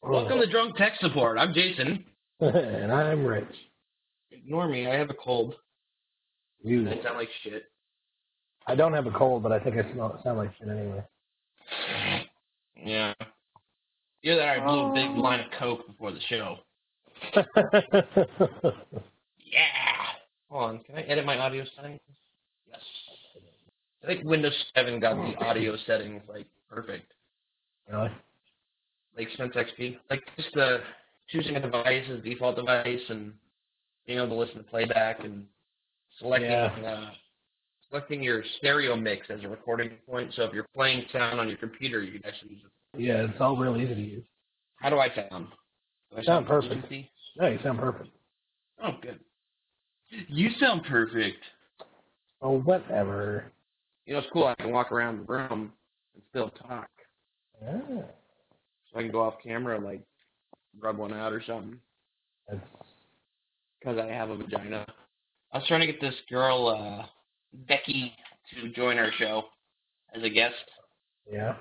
Welcome to Drunk Tech Support. I'm Jason. and I'm Rich. Ignore me. I have a cold. You, I sound like shit. I don't have a cold, but I think I smell, sound like shit anyway. Yeah. You're that I blew a big line of coke before the show. Yeah. Hold on. Can I edit my audio settings? Yes. I think Windows 7 got the audio settings like perfect. really? Like since XP, like just the choosing a device as default device and being able to listen to playback and selecting uh, selecting your stereo mix as a recording point. So if you're playing sound on your computer, you can actually use it. Yeah, it's all real easy to use. How do I sound? Do I Sound perfect. empty? No, you sound perfect. Oh, good. You sound perfect. Oh, whatever. You know, it's cool. I can walk around the room and still talk. Yeah, So I can go off camera, like rub one out or something, that's because I have a vagina. I was trying to get this girl, uh, Becky, to join our show as a guest. yeah.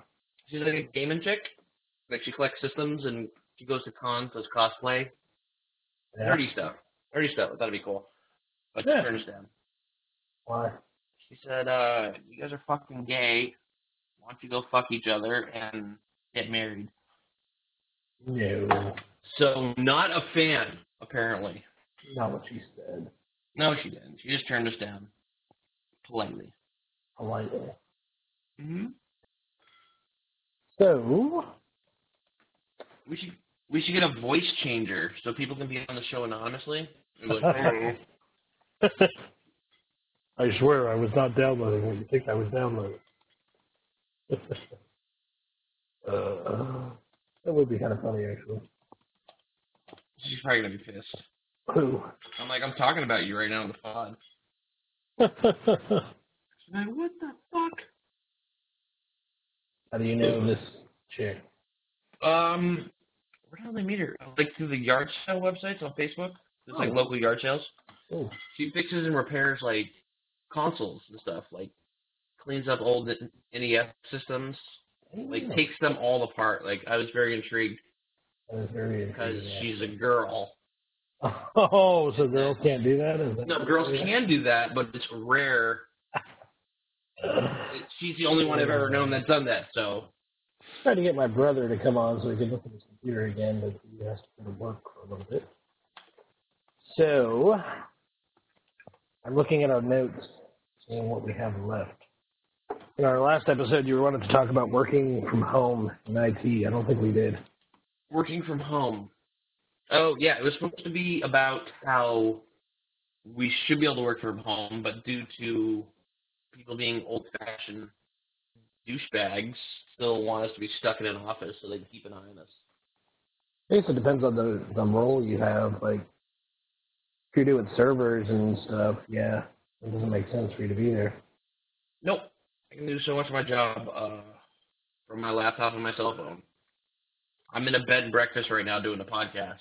She's like a gaming chick. Like she collects systems and she goes to cons, does cosplay, yeah. nerdy stuff, nerdy stuff. That'd be cool. But Yeah. she turns down. Why? She said, uh, "You guys are fucking gay. Why don't you go fuck each other and get married?" No, So not a fan, apparently. not what she said. No, she didn't. She just turned us down politely. Politely. Mm-hmm. So, We should we should get a voice changer so people can be on the show anonymously. And be like, "Hello." I swear I was not downloading what you think I was downloading. uh, that would be kind of funny, actually. She's probably gonna be pissed. Who? I'm like, I'm talking about you right now on the pod. How She's like, what the fuck? do you know this chick? Um, where did I meet her? Like through the yard sale websites on Facebook. There's like Oh. local yard sales. Oh, She fixes and repairs like consoles and stuff. Like cleans up old NES systems. like yeah. takes them all apart. Like I was very intrigued That is very because intriguing. she's a girl. Oh, so girls can't do that? Is it? No, girls can do that, but it's rare. She's the only one I've ever known that's done that. So Trying to get my brother to come on so he could look at his computer again, but he has to go to work for a little bit. So, I'm looking at our notes, seeing what we have left. In our last episode, you wanted to talk about working from home in IT. I don't think we did. working from home. Oh yeah, it was supposed to be about how we should be able to work from home, but due to people being old-fashioned douchebags, still want us to be stuck in an office so they can keep an eye on us. I guess it depends on the, the role you have. Like, if you're doing servers and stuff, yeah, it doesn't make sense for you to be there. Nope. I can do so much of my job uh, from my laptop and my cell phone. I'm in a bed and breakfast right now doing a podcast,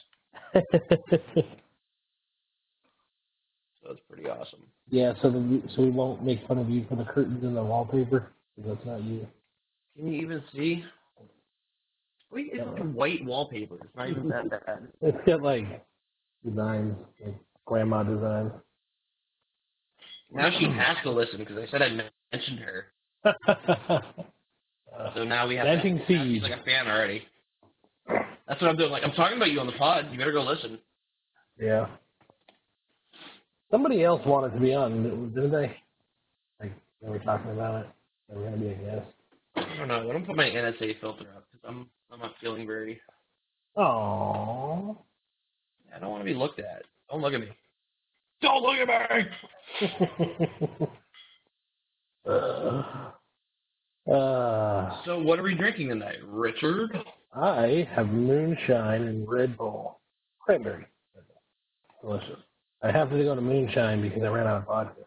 so it's pretty awesome. yeah, so then you, so we won't make fun of you for the curtains and the wallpaper. 'cause That's not you. Can you even see? Wait, it's No. white wallpaper. It's not even that bad. It's got like designs, like grandma designs. Now she has to listen because I said I men- mentioned her. Uh, So now we have. Planting to, now she's seeds. like a fan already. That's what I'm doing. Like I'm talking about you on the pod. You better go listen. yeah. Somebody else wanted to be on, didn't they? Like they were talking about it. They were gonna be a guest. I don't know. I don't put my NSA filter up because I'm I'm not feeling very. Oh. I don't want to be looked at. Don't look at me. Don't look at me. uh, uh, So what are we drinking tonight, Richard? I have moonshine and Red Bull, cranberry. Delicious. I have to go to moonshine because I ran out of vodka.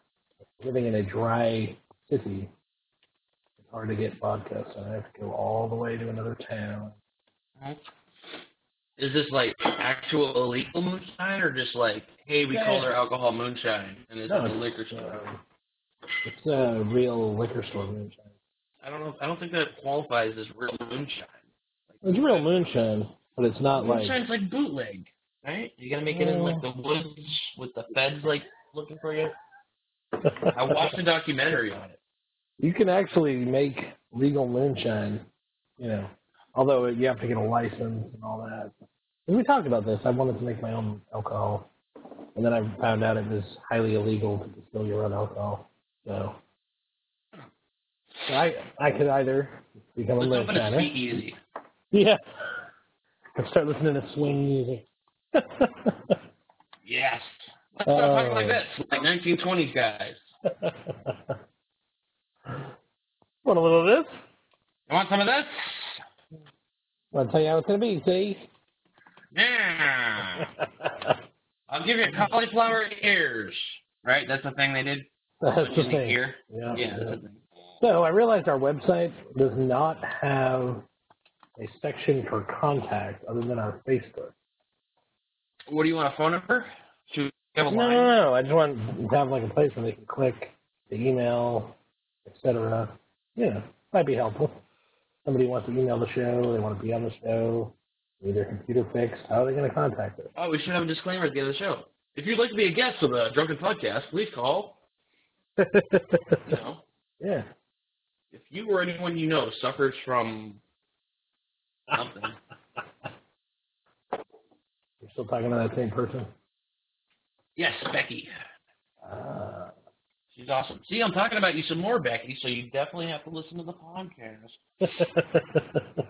Living in a dry city, it's hard to get vodka, so I have to go all the way to another town. Is this like actual illegal moonshine or just like, hey, we call our alcohol moonshine and it's at the liquor store? uh, It's a real liquor store moonshine. I don't know. I don't think that qualifies as real moonshine. It's real moonshine. But it's not like Moonshine's like bootleg, right? You gotta make it in like the woods with the feds like looking for you. I watched a documentary on it. you can actually make legal moonshine, you know. Although you have to get a license and all that. And we talked about this. I wanted to make my own alcohol, and then I found out it was highly illegal to distill your own alcohol. So, so I I could either become a Let's open a moonshiner, speakeasy. yeah, and start listening to swing music. Yes. Let's start talking like this, like 1920s guys. Want a little of this? You want some of this? I'll tell you how it's gonna be. See? Yeah. I'll give you cauliflower ears. Right? That's the thing they did. That's the Put you in thing. ear. Yeah, that's the thing. So I realized our website does not have a section for contact other than our Facebook. What do you want a phone number? Should we have a No, line? no, no. I just want to have like a place where they can click the email, etc. You know, might be helpful. Somebody wants to email the show. They want to be on the show. Need their computer fixed. How are they going to contact us? Oh, we should have a disclaimer at the end of the show. If you'd like to be a guest of the Drunken Podcast, please call. you know, Yeah. if you or anyone you know suffers from something, You're still talking to that same person? yes, Becky, Uh, she's awesome. See, I'm talking about you some more, Becky. So you definitely have to listen to the podcast.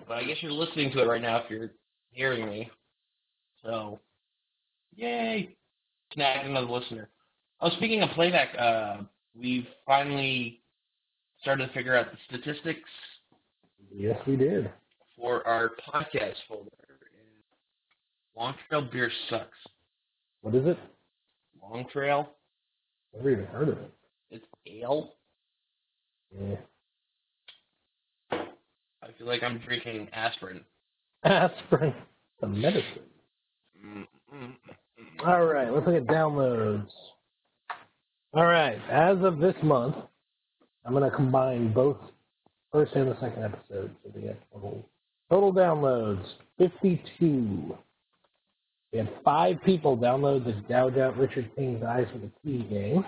But I guess you're listening to it right now if you're hearing me. So, yay! Snagged another listener. Oh, speaking of playback, uh, we've finally started to figure out the statistics yes, we did. for our podcast folder. Long Trail beer sucks. What is it? Long Trail, Never even heard of it. it's ale. Yeah. I feel like I'm drinking aspirin. Aspirin. The medicine. All right, let's look at downloads. All right, as of this month, I'm going to combine both first and the second episode. So we get total, total downloads 52. We had five people download the Dowd Out Richard King's Eyes with a Key game.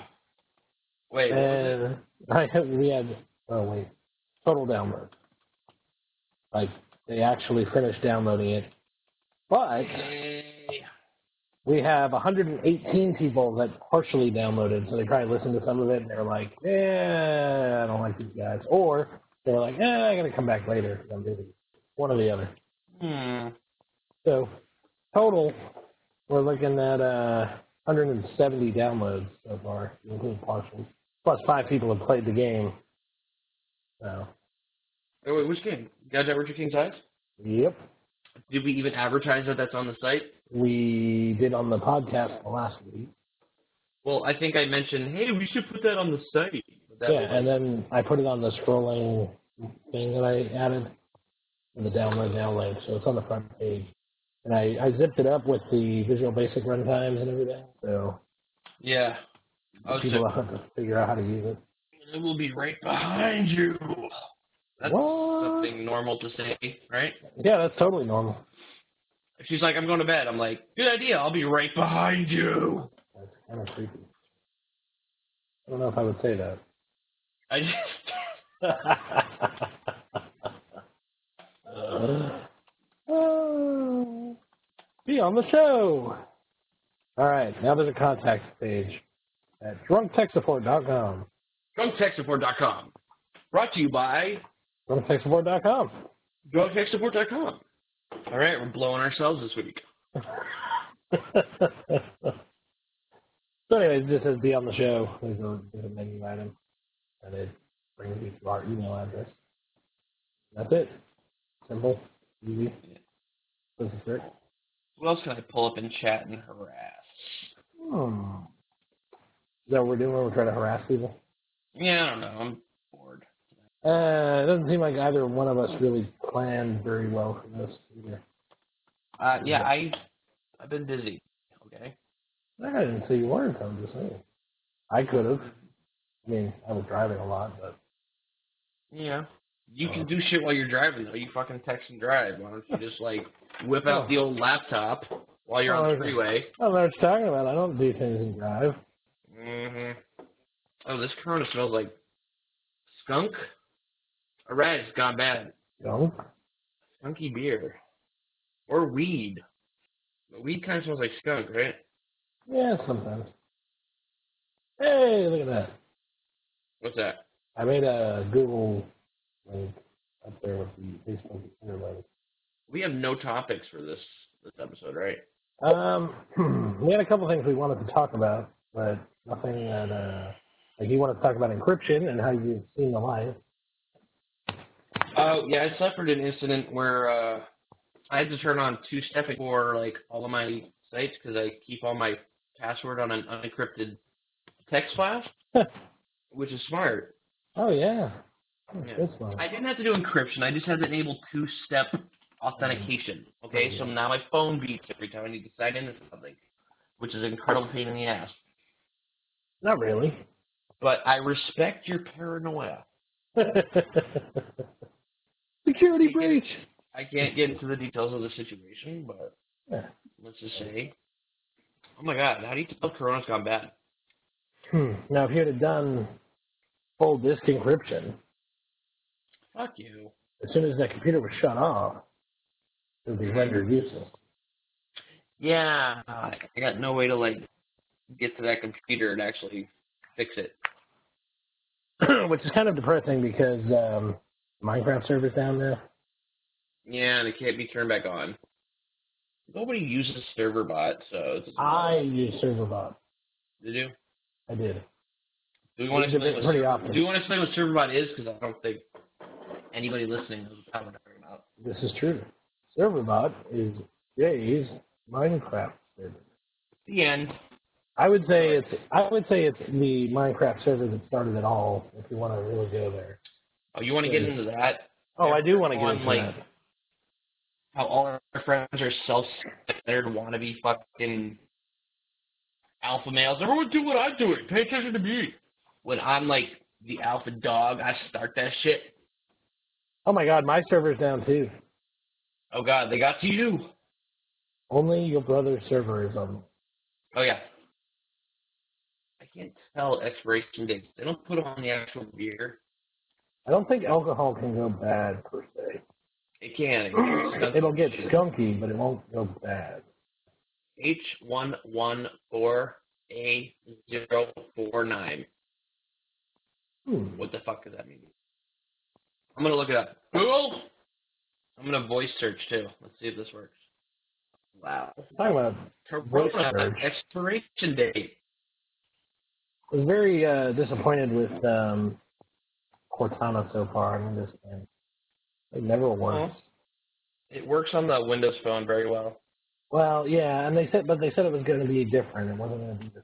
Wait, what was it? And I have, we had, oh wait, total download. Like, they actually finished downloading it. But Yay. we have 118 people that partially downloaded, so they probably listened to some of it and they're like, "Yeah, I don't like these guys," or they were like, "Yeah, I gotta come back later 'cause I'm busy." One or the other. Hmm. So total, we're looking at uh, 170 downloads so far, including partial. Plus five people have played the game. So Oh, wait, which game? Judge at Richard King's Eyes? yep, Did we even advertise that that's on the site? we did on the podcast last week. Well, I think I mentioned, hey, we should put that on the site. But that yeah, was and like, then I put it on the scrolling thing that I added in the download now link, so it's on the front page. And I, I zipped it up with the Visual Basic runtimes and everything, so yeah. Oh, people so will have to figure out how to use it. it will be right behind you. Oh. That's What? something normal to say, right? Yeah, that's totally normal. If she's like, I'm going to bed, I'm like, good idea. I'll be right behind you. That's kind of creepy. I don't know if I would say that. I just. Oh, Uh, be on the show. All right, now there's a contact page at drunktechsupport.com. DrunkTechSupport.com. Brought to you by Drunktechsupport.com. DrunkTechSupport.com. All right, we're blowing ourselves this week. so, anyways, it just says be on the show. There's a, there's a menu item, and it brings you to our email address. That's it. Simple, easy. That's a trick. What else can I pull up in chat and harass? Hmm. Is that what we're doing? We're trying to harass people. Yeah, I don't know. I'm bored. Uh, it doesn't seem like either one of us really planned very well for this either. Uh, yeah, I, I've been busy. Okay. I didn't say you weren't. I'm just saying. I could have. I mean, I was driving a lot, but Uh. Yeah. You can do shit while you're driving though. You fucking text and drive. Why don't you just like Whip out Oh. the old laptop while you're Oh, on the okay. freeway. I don't know what it's talking about. I don't do things and drive. hmm Oh, this Corona smells like skunk. A rat has gone bad. Don't. Skunky beer. Or weed. But weed kind of smells like skunk, right? Yeah, sometimes. Hey, look at that. What's that? I made a Google link up there with the Facebook Twitter link. We have no topics for this this episode, right? Um, we had a couple things we wanted to talk about, but nothing that, uh, like you wanted to talk about encryption and how you've seen the light. Oh yeah, I suffered an incident where uh, I had to turn on two-step for like all of my sites because I keep all my password on an unencrypted text file, which is smart. Oh, yeah. That's Yeah. good stuff. I didn't have to do encryption. I just had to enable two-step authentication. Okay, so now my phone beeps every time I need to sign into something, which is an incredible pain in the ass. Not really. But I respect your paranoia. Security breach. I can't get into the details of the situation, but Yeah. let's just say, oh my god, how do you tell Corona's gone bad? Hmm. Now, if you had done full disk encryption, Fuck you. as soon as that computer was shut off, it would be rendered useless. Yeah, I got no way to like get to that computer and actually fix it. Which is kind of depressing because um, Minecraft servers down there. Yeah, and it can't be turned back on. Nobody uses ServerBot, so it's I use ServerBot. Did you? I did. Do we want to Use it explain what pretty server- often. Do you want to explain what ServerBot is? Because I don't think anybody listening knows what I'm talking about. This is true. ServerBot is Jay's Minecraft server. The end. I would say it's I would say it's the Minecraft server that started it all. If you want to really go there. Oh, you want to get into that? Oh, I do want to get Everyone, into like, that. how all our friends are self-centered, wannabe fucking alpha males. Everyone do what I'm doing. Pay attention to me. When I'm like the alpha dog, I start that shit. Oh my God, my server's down too. Oh god, they got to you. Only your brother's server is um, on. Oh yeah. I can't tell expiration dates. They don't put them on the actual beer. I don't think alcohol can go bad per se. It can. It gets It'll get skunky, but it won't go bad. H one one four A zero four nine. Hmm. What the fuck does that mean? I'm gonna look it up. Google. I'm gonna voice search too. Let's see if this works. Wow. Talking about Voice Corona search. expiration date. I was very uh, disappointed with um, Cortana so far. I mean, this thing. It never works. It works on the Windows phone very well. Well, yeah, and they said, but they said it was going to be different. It wasn't going to be the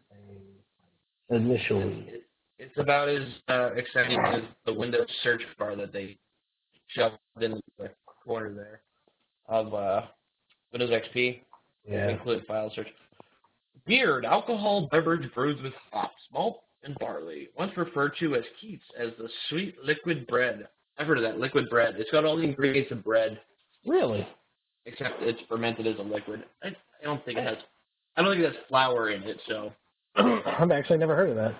same initially. It's, it's about as uh, exciting as the Windows search bar that they shoved in the corner there of uh, Windows XP. Yeah. Include file search. Beard, alcohol beverage brewed with hops, malt, and barley, once referred to as Keats as the sweet liquid bread. I've heard of that, liquid bread. It's got all the ingredients of bread, Really? except it's fermented as a liquid. I, I don't think it has, I don't think it has flour in it, so. I've actually never heard of that.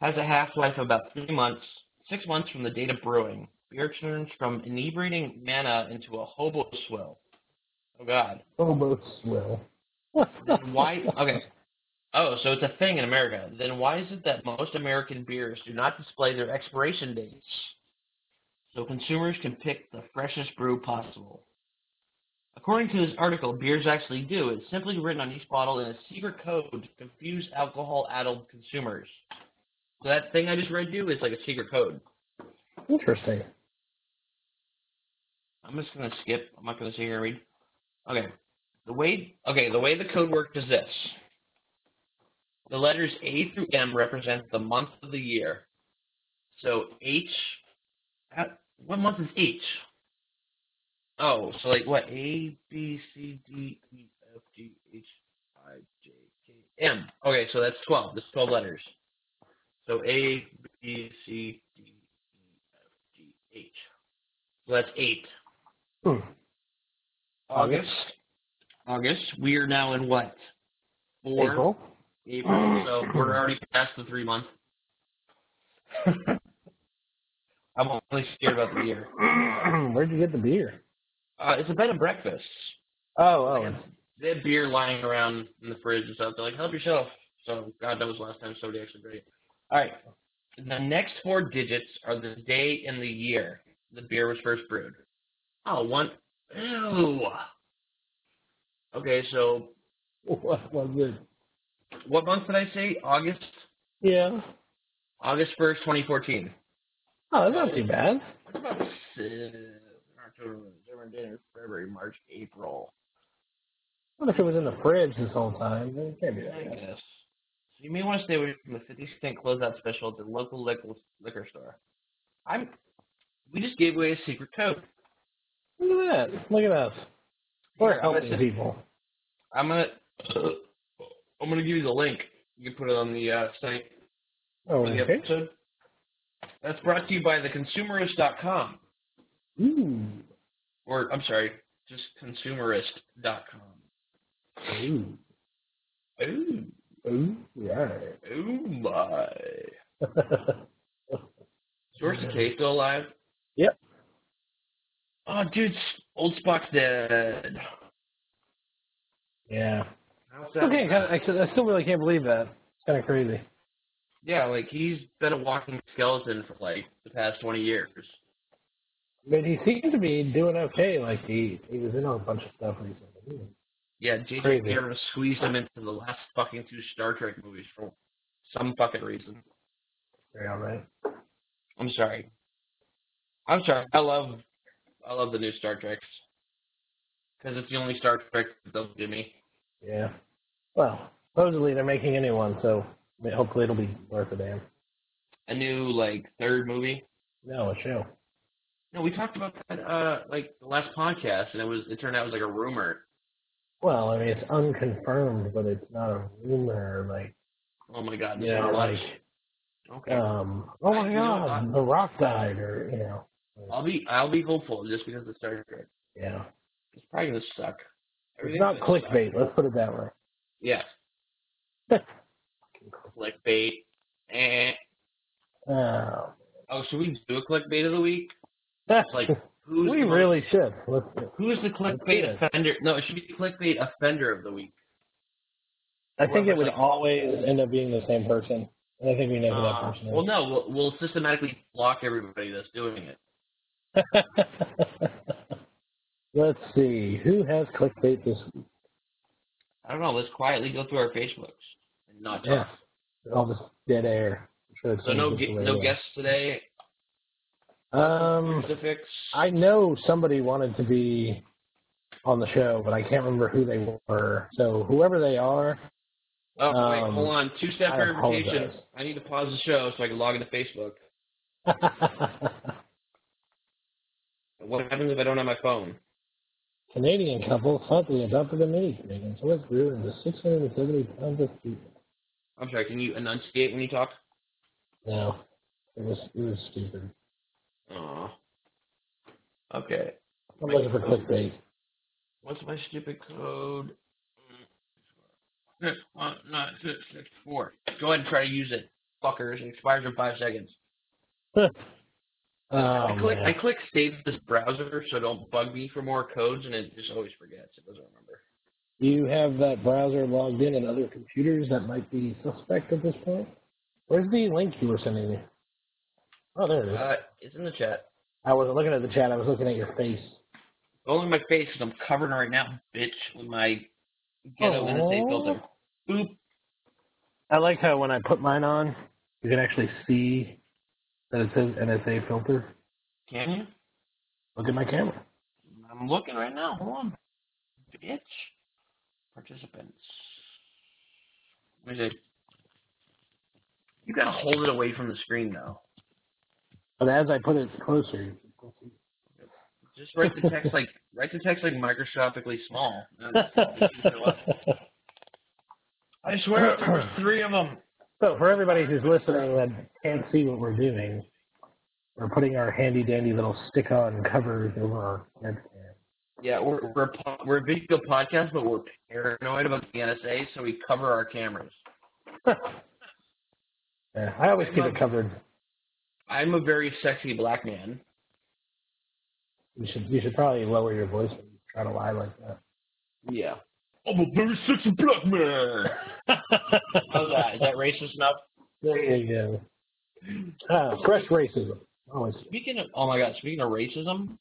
has a half-life of about three months, six months from the date of brewing. Beer turns from inebriating manna into a hobo swill. Oh God! Almost will. Then why? Okay. Oh, so it's a thing in America. Then why is it that most American beers do not display their expiration dates, so consumers can pick the freshest brew possible? According to this article, beers actually do. It's simply written on each bottle in a secret code to confuse alcohol-addled consumers. So that thing I just read you is like a secret code. Interesting. I'm just gonna skip. I'm not gonna sit here and read. Okay. The way okay, the way the code worked is this. The letters A through M represent the month of the year. So H how- what month is H? Oh, so like what? A B C D E F G H I J K M. Okay, so that's twelve. That's twelve letters. So A B C D E F G H. So that's eight. Hmm. August, August. We are now in what? Four? April. April, So we're already past the three month. I'm only scared about the year. Where'd you get the beer? Uh, it's a bed and breakfast. Oh, They oh, have, they have beer lying around in the fridge and stuff. They're like, help yourself. So God knows last time somebody actually drank. All right. The next four digits are the day and the year the beer was first brewed. Oh, one. Ew. Okay, so what was it? what month did I say? August? Yeah. August 1st, 2014. Oh, that's not too bad. What about uh, October, November, January, February, March, April? What if it was in the fridge this whole time? It can't be I that bad. guess. So you may want to stay away from the 50 cent closeout special at the local liquor, liquor store. I'm. We just gave away a secret code. Look at that. Look at us. We're I'm gonna helping send- people. I'm gonna. I'm gonna give you the link. You can put it on the uh, site Oh, for the okay. episode. That's brought to you by theconsumerist.com, Ooh. or I'm sorry, just consumerist.com. Ooh. Ooh, Ooh. Right. ooh oh my! Is George Takei still alive? Yep. Oh, dude, S- old Spock's dead. yeah. How's that? Okay, I, I still really can't believe that. It's kind of crazy. Yeah, like he's been a walking skeleton for like the past 20 years. But he seemed to be doing okay. Like he he was in on a bunch of stuff recently. Yeah, J.J. Crazy. Abrams squeezed him into the last fucking two Star Trek movies for some fucking reason. Very all right. I'm sorry. I'm sorry. I love, I love the new Star Treks because it's the only Star Trek that they'll give me. Yeah. Well, supposedly they're making a new one, so I mean, hopefully it'll be worth a damn. A new like third movie. No, a show. No, we talked about that uh like the last podcast, and it was it turned out it was like a rumor. Well, I mean it's unconfirmed, but it's not a rumor. Like Oh my god, you this know, is like okay. um, oh my You know what, God, The Rock died, or you know, I'll be I'll be hopeful just because it's Star Trek. yeah. It's probably gonna suck. It's Everything's not gonna suck. clickbait. Let's put it that way. Yeah, clickbait. And Oh. oh, should we do a clickbait of the week? That's Like like who's we the, really should. Let's do- who's the clickbait Let's do offender? No, it should be clickbait offender of the week. I think it would Like- always end up being the same person, and I think we know who that Uh, person well, is. no, we'll, we'll systematically block everybody that's doing it. Let's see who has clickbait this week. I don't know. Let's quietly go through our Facebooks and not Yeah. talk. All this dead air. I'm sure it's So gonna no get gu- away no with. guests today. Um, Crucifix. I know somebody wanted to be on the show, but I can't remember who they were. So whoever they are, Oh wait, um, hold on. Two step I verification. apologize. I need to pause the show so I can log into Facebook. What happens if I don't have my phone? Canadian couple thought they adopted a mini Canadian, so it grew into 670 pounds of feet. I'm sorry. Can you enunciate when you talk? No, it was it was stupid. Oh. Okay. I'm looking for clickbait. What's my stupid code? Six one nine six six four. Go ahead and try to use it, fuckers. It expires in five seconds. Oh, I click I man. click save this browser, so don't bug me for more codes, and it just always forgets. It doesn't remember. Do you have that browser logged in and other computers that might be suspect at this point? Where's the link you were sending me? Oh, there it is. Uh, it's in the chat. I wasn't looking at the chat. I was looking at your face. Only my face, 'cause I'm covered right now, bitch, with my ghetto NSA filter. Boop. I like how when I put mine on, you can actually see that it says NSA filter. Can you? Look at my camera. I'm looking right now. Hold on. Bitch. Participants. Let me see. You gotta hold it away from the screen, though. But as I put it closer, you can see. Just write the text like write the text like microscopically small. I swear there were three of them. so for everybody who's listening that can't see what we're doing, we're putting our handy dandy little stick-on covers over our webcam. Yeah, we're we're a, po- we're a video podcast, but we're paranoid about the NSA, so we cover our cameras. Yeah, Uh, I always keep Well- it covered. I'm a very sexy black man. You should you should probably lower your voice when you try to lie like that. Yeah. I'm a very sexy black man. How's that? Is that racist enough? There you go. Ah, fresh racism. Always. Speaking of, oh my god, speaking of racism,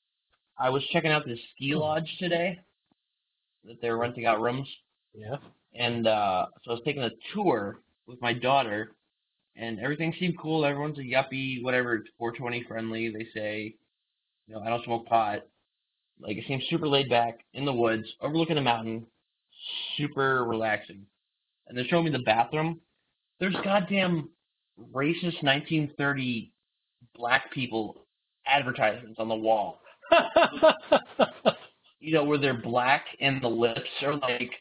I was checking out this ski lodge today that they're renting out rooms, Yeah. and uh, so I was taking a tour with my daughter, and everything seemed cool. Everyone's a yuppie, whatever. It's 420 friendly. They say, you know, I don't smoke pot. Like it seems super laid back in the woods, overlooking the mountain, super relaxing. And they're showing me the bathroom. There's goddamn racist 1930 black people advertisements on the wall. you know, where they're black and the lips are like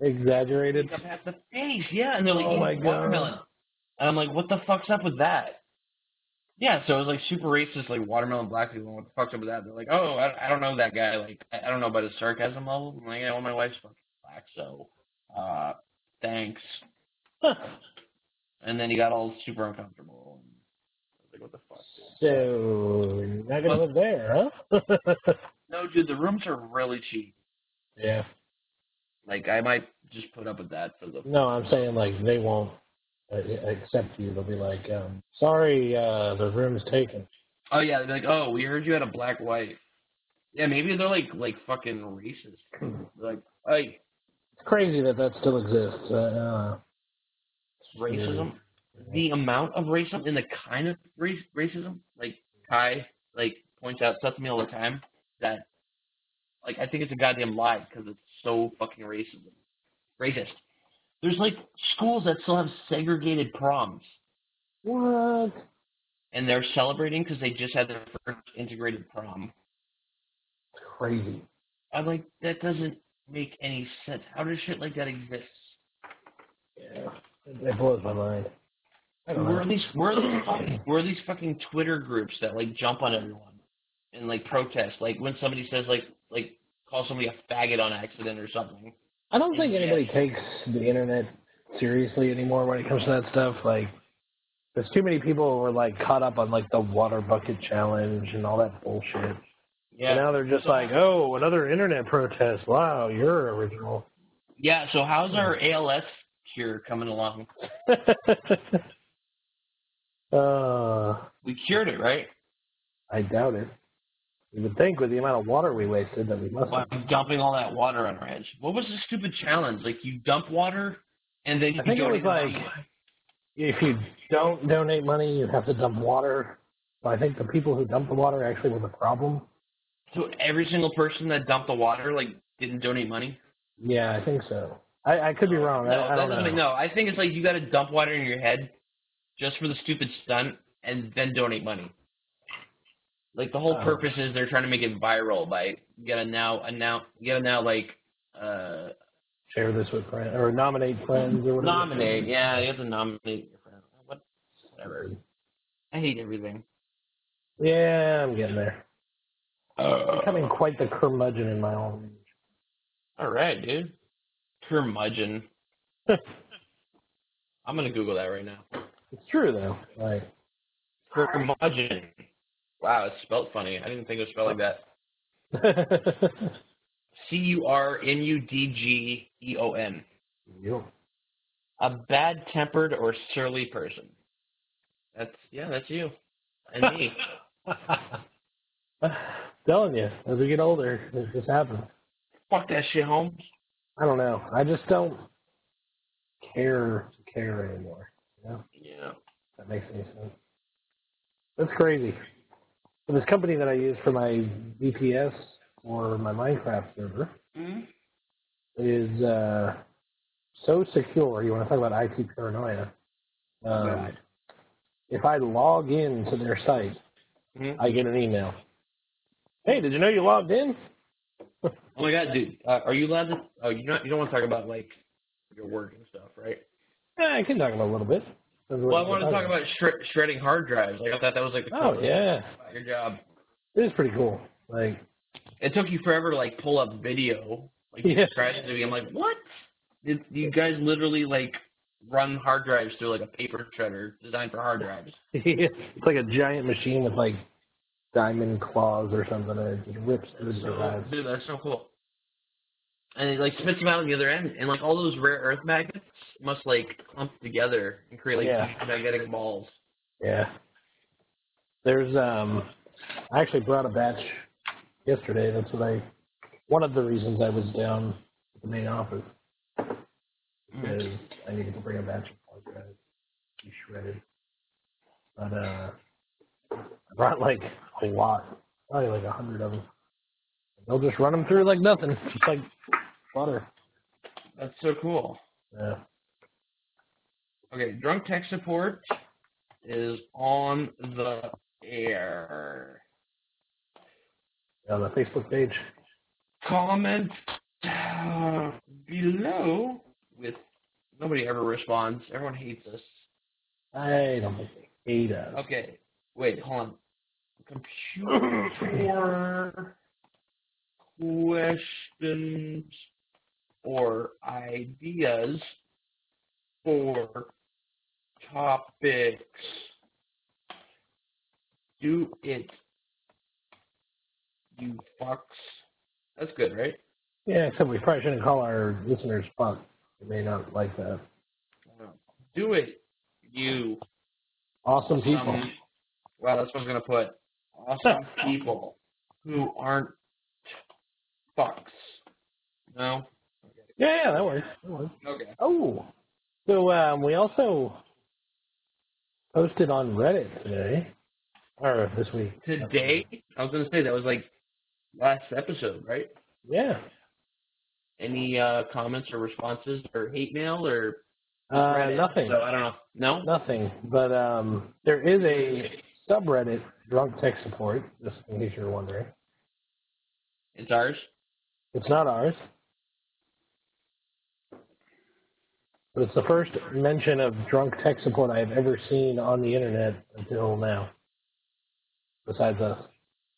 Exaggerated. up half the face, yeah, and they're like Oh eating my God. watermelon. And I'm like, what the fuck's up with that? Yeah, so it was like super racist, like watermelon black people. What the fuck's up with that? They're like, oh, I, I don't know that guy. Like, I, I don't know about his sarcasm level. I'm like, yeah, well, my wife's fucking black, so uh, thanks. And then he got all super uncomfortable. And I was like, what the fuck? dude? So you're not gonna live there, huh? No, dude, the rooms are really cheap. yeah. Like, I might just put up with that for the. No, I'm saying like they won't uh, accept you. They'll be like, um, sorry, uh, the room's taken. Oh yeah, they'd be like, oh, we heard you had a black wife. Yeah, maybe they're like like fucking racist. Like, hey, It's crazy that that still exists. Uh, uh, racism. The amount of racism and the kind of race, racism, like Kai, like points out stuff to me all the time that, like, I think it's a goddamn lie because it's so fucking racism, racist. There's like schools that still have segregated proms, What? and they're celebrating because they just had their first integrated prom. Crazy. I'm like, that doesn't make any sense. How does shit like that exist? Yeah. It blows my mind. I don't Where are know. these where are these fucking, where are these fucking Twitter groups that like jump on everyone and like protest? Like when somebody says like like call somebody a faggot on accident or something. I don't think Yeah. anybody takes the internet seriously anymore when it comes to that stuff. Like, there's too many people who are like caught up on like the water bucket challenge and all that bullshit. And Yeah. now they're just like, oh, another internet protest. Wow, you're original. Yeah, so how's our ALS cure coming along? uh, We cured it, right? I doubt it. You would think with the amount of water we wasted that we must By have. dumping all that water on our heads. What was the stupid challenge? Like you dump water and then you I think it donate was like money. if you don't donate money, you have to dump water. So I think the people who dumped the water actually were the problem. So every single person that dumped the water like didn't donate money? Yeah, I think so. I, I could be wrong. No, I, I that don't doesn't know. make no. I think it's like you got to dump water in your head just for the stupid stunt, and then donate money. Like the whole Oh. purpose is they're trying to make it viral by you gotta now announce, you gotta now like uh Share this with friends or nominate friends or whatever. nominate. Yeah, you have to nominate your friend. What? Whatever. I hate everything. Yeah, I'm getting there. Uh, Becoming quite the curmudgeon in my own age. all right, dude. Curmudgeon. I'm gonna Google that right now. It's true though. Like Curmudgeon. Wow, it's spelled funny. I didn't think it was spelled like that. C U R N U D G E O N. you. A bad tempered or surly person. That's yeah, that's you. And me. Telling you, as we get older, this just happens. Fuck that shit, Holmes. I don't know. I just don't care to care anymore. Yeah. if That makes any sense. That's crazy. So this company that I use for my VPS or my Minecraft server mm is uh, so secure. You want to talk about IT paranoia? Um, God. If I log in to their site, Mhm. I get an email. Hey, did you know you logged in? Oh my god, dude. Uh, are you allowed to oh you not you don't want to talk about like your work and stuff, right? Eh, I can talk about it a little bit. Depends on Well I what wanted to you're talk about shred- shredding hard drives. Like I thought that was like the Oh coolest yeah, about your job. it is pretty cool. Like It took you forever to like pull up video. Like you Yeah. described it to me. I'm like, what? It, you guys literally like run hard drives through like a paper shredder designed for hard drives. it's like a giant machine with like diamond claws or something, and it just rips through the So, drive. dude, that's so cool. And it like spits them out on the other end, and like all those rare earth magnets must like clump together and create like Yeah. huge magnetic balls. Yeah. There's um I actually brought a batch yesterday. That's what I one of the reasons I was down at the main office Mm. is I needed to bring a batch of plug drives to be shredded. But uh I brought like a lot, probably like a hundred of them. They'll just run them through like nothing, just like butter. That's so cool. Yeah. Okay, drunk tech support is on the air. On the Facebook page. Comment uh, below with nobody ever responds. Everyone hates us. I don't think they hate us. Okay, wait, hold on. Computer questions or ideas for topics. Do it, you fucks. That's good, right? Yeah, except we probably shouldn't call our listeners fuck. They may not like that. Do it, you. Awesome people. Um, well, that's what I was gonna put. Awesome people who aren't fucks. No. Yeah, yeah, that works. That works. Okay. Oh, so um, we also posted on Reddit today or this week. Today, I was gonna say that was like last episode, right? Yeah. Any uh, comments or responses or hate mail or Uh, Reddit? nothing. So I don't know. No. Nothing. But um, there is a subreddit, Drunk Tech Support, just in case you're wondering. It's ours. It's not ours. But it's the first mention of drunk tech support I have ever seen on the internet until now. Besides us.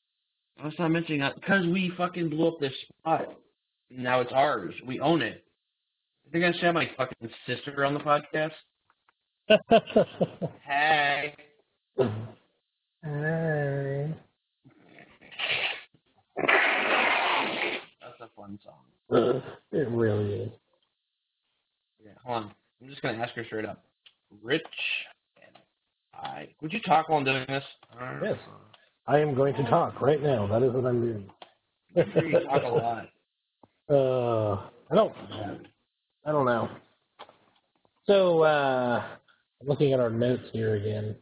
I was not mentioning that because we fucking blew up this spot. Now it's ours. We own it. I think I should have my fucking sister on the podcast. Hey. That's a fun song. it really is. Yeah, hold on. I'm just gonna ask her straight up. Rich and I. Would you talk while I'm doing this? Alright. Yes. I am going to talk right now. That is what I'm doing. I'm sure you talk a lot. Uh, I don't. I don't know. So, uh, I'm looking at our notes here again.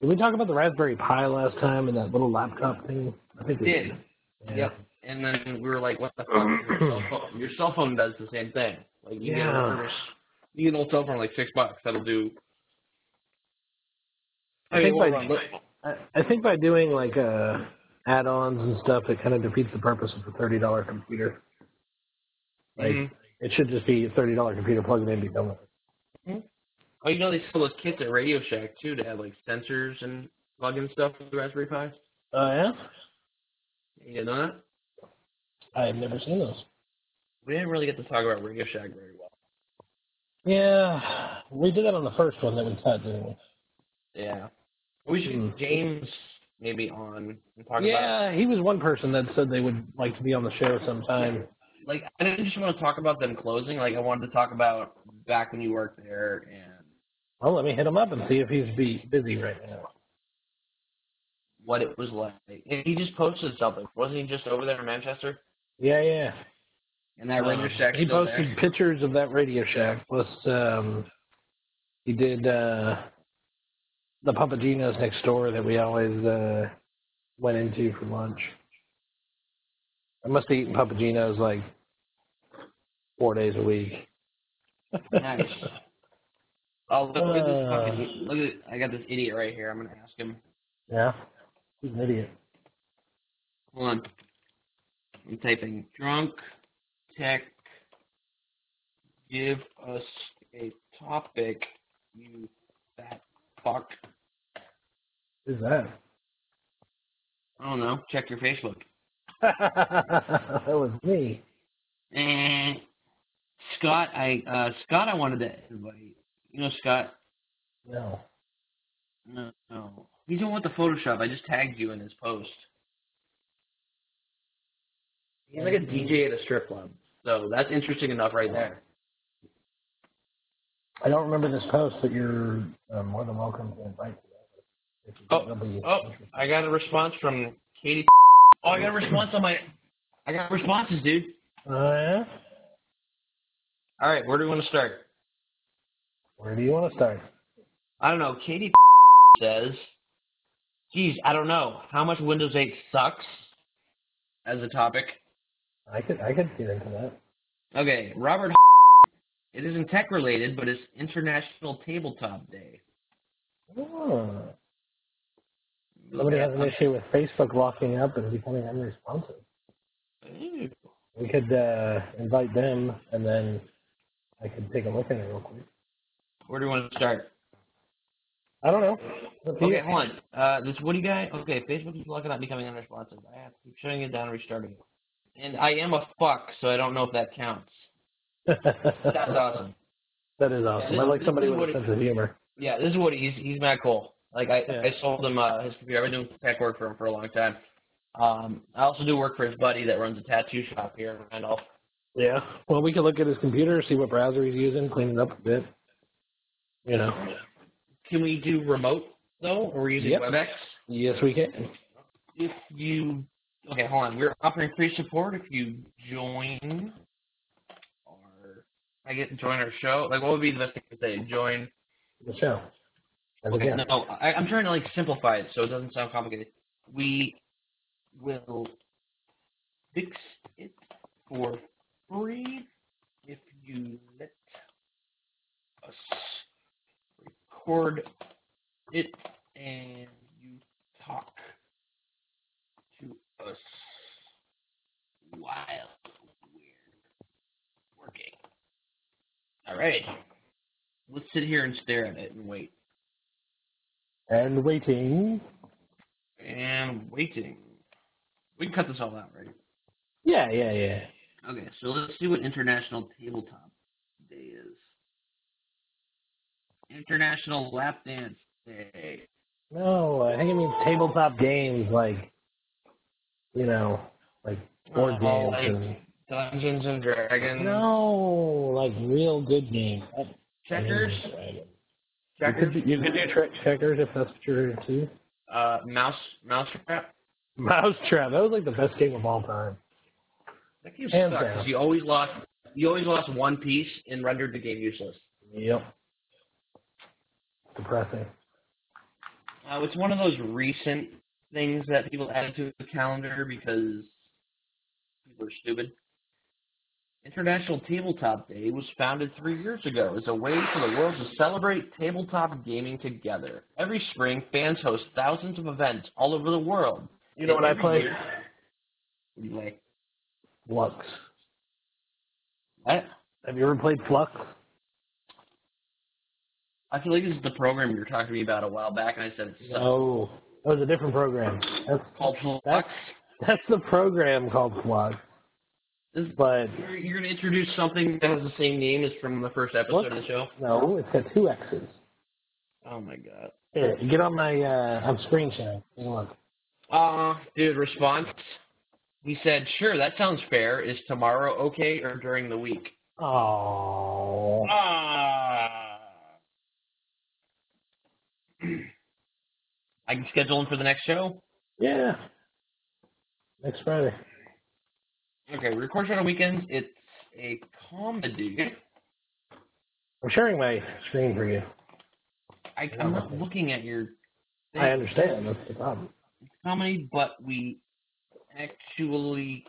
Did we talk about the Raspberry Pi last time and that little laptop thing? I think We did. Yeah. Yep. And then we were like, "What the fuck?" Your cell phone, your cell phone does the same thing. Like you get Yeah. a refurbished, you get an old cell phone for like six bucks. That'll do. I mean, think well, by- run- look- I, I think by doing like uh, add-ons and stuff, it kind of defeats the purpose of the thirty-dollar computer. Like Mhm. it should just be a thirty-dollar computer plugged in and be done with it. Oh, you know they sell those kits at Radio Shack too to add like sensors and plug-in stuff for the Raspberry Pi. Oh yeah, You know that? I have never seen those. We didn't really get to talk about Radio Shack very well. Yeah, we did that on the first one that we cut, didn't we? Yeah. We should Hmm. get James maybe on and talk about yeah, he was one person that said they would like to be on the show sometime. like I didn't just want to talk about them closing, like I wanted to talk about back when you worked there and Well, let me hit him up and see if he's be busy right now. what it was like. And he just posted something. Wasn't he just over there in Manchester? Yeah, yeah. And that Um, radio shack He still posted there. pictures of that Radio Shack. Plus, um, he did uh, the Papaginos next door that we always uh, went into for lunch. I must be eating Papaginos like four days a week. Nice. Oh look, look at this Uh. fucking look at I got this idiot right here. I'm gonna ask him. Yeah, he's an idiot. Hold on. I'm typing drunk tech. Give us a topic, you fat fuck. Who's that? I don't know. Check your Facebook. that was me. Eh. Scott, I uh, Scott, I wanted to invite. You know, Scott. No. No, no, he's the one with the Photoshop. I just tagged you in his post. He's like a DJ at a strip club, so that's interesting enough right there. I don't remember this post, but you're um, more than welcome to invite me if you think Oh, it'll be oh, interesting. I got a response from Katie. Oh, I got a response on my. I got responses, dude. Oh, yeah? All right, where do we want to start? Where do you want to start? I don't know. Katie says, "Geez, I don't know how much Windows 8 sucks." As a topic, I could I could get into that. okay. Robert, it isn't tech related, but it's International Tabletop Day. Oh. Somebody Yeah. has an issue with Facebook locking up and becoming unresponsive. Ooh. We could uh, invite them, and then I could take a look at it real quick. Where do you want to start? I don't know. It's up to Okay, you. hold on. Uh, this Woody guy. Okay, Facebook is blocking out becoming unresponsive. I have to keep shutting it down and restarting it. And I am a fuck, so I don't know if that counts. That's awesome. That is Yeah, awesome. I this, like this somebody is with a Woody. sense of humor. Yeah, this is Woody. He's he's mad cool. Like I, Yeah. I sold him uh, his computer. I've been doing tech work for him for a long time. Um, I also do work for his buddy that runs a tattoo shop here in Randolph. Yeah. Well, we could look at his computer, see what browser he's using, clean it up a bit. You know. Can we do remote though? Or we're using Yep. WebEx. Yes, we can. If you okay, hold on. We're offering free support if you join our I get join our show. Like what would be the best thing to say? Join. The show. As a Okay, guest. no, I, I'm trying to like simplify it so it doesn't sound complicated. We will fix it for free if you let us record it and you talk to us while we're working. All right, let's sit here and stare at it and wait. And waiting. And waiting. We can cut this all out, right? Yeah, yeah, yeah. Okay, so let's see what International Tabletop Day is. International Lap Dance Day. No, I think it means tabletop games, like you know, like board games Oh, like and Dungeons and Dragons. no, like real good games. That- I mean, Checkers. I- you could Checkers. do, you could do trick checkers if that's what you're into. Uh, mouse. Mousetrap. Mousetrap. That was like the best game of all time, That game hands sucked down. because you always lost. You always lost one piece and rendered the game useless. Yep. Depressing. Uh, it's one of those recent things that people added to the calendar because people are stupid. International Tabletop Day was founded three years ago as a way for the world to celebrate tabletop gaming together. Every spring, fans host thousands of events all over the world, You know and what I every play? year, what do you play? Flux. What? Have you ever played Flux? I feel like this is the program you were talking to me about a while back, and I said it sucked. No. That was a different program. That's Called that's Flux. that's the program called Flux. This, But you're you're going to introduce something that has the same name as from the first episode of Flux, the show? no, it's got two X's. Oh my god. Here, you get on my uh, I'm screen sharing. Take a look. Uh, dude, response. He said, sure, that sounds fair. Is tomorrow okay or during the week? Oh, Ah. I can schedule him for the next show. yeah. Next Friday. Okay, we record show on weekends. It's a comedy. I'm sharing my screen for you. I I, I'm don't not know. looking at your I thing. understand. That's the problem. It's comedy, but we actually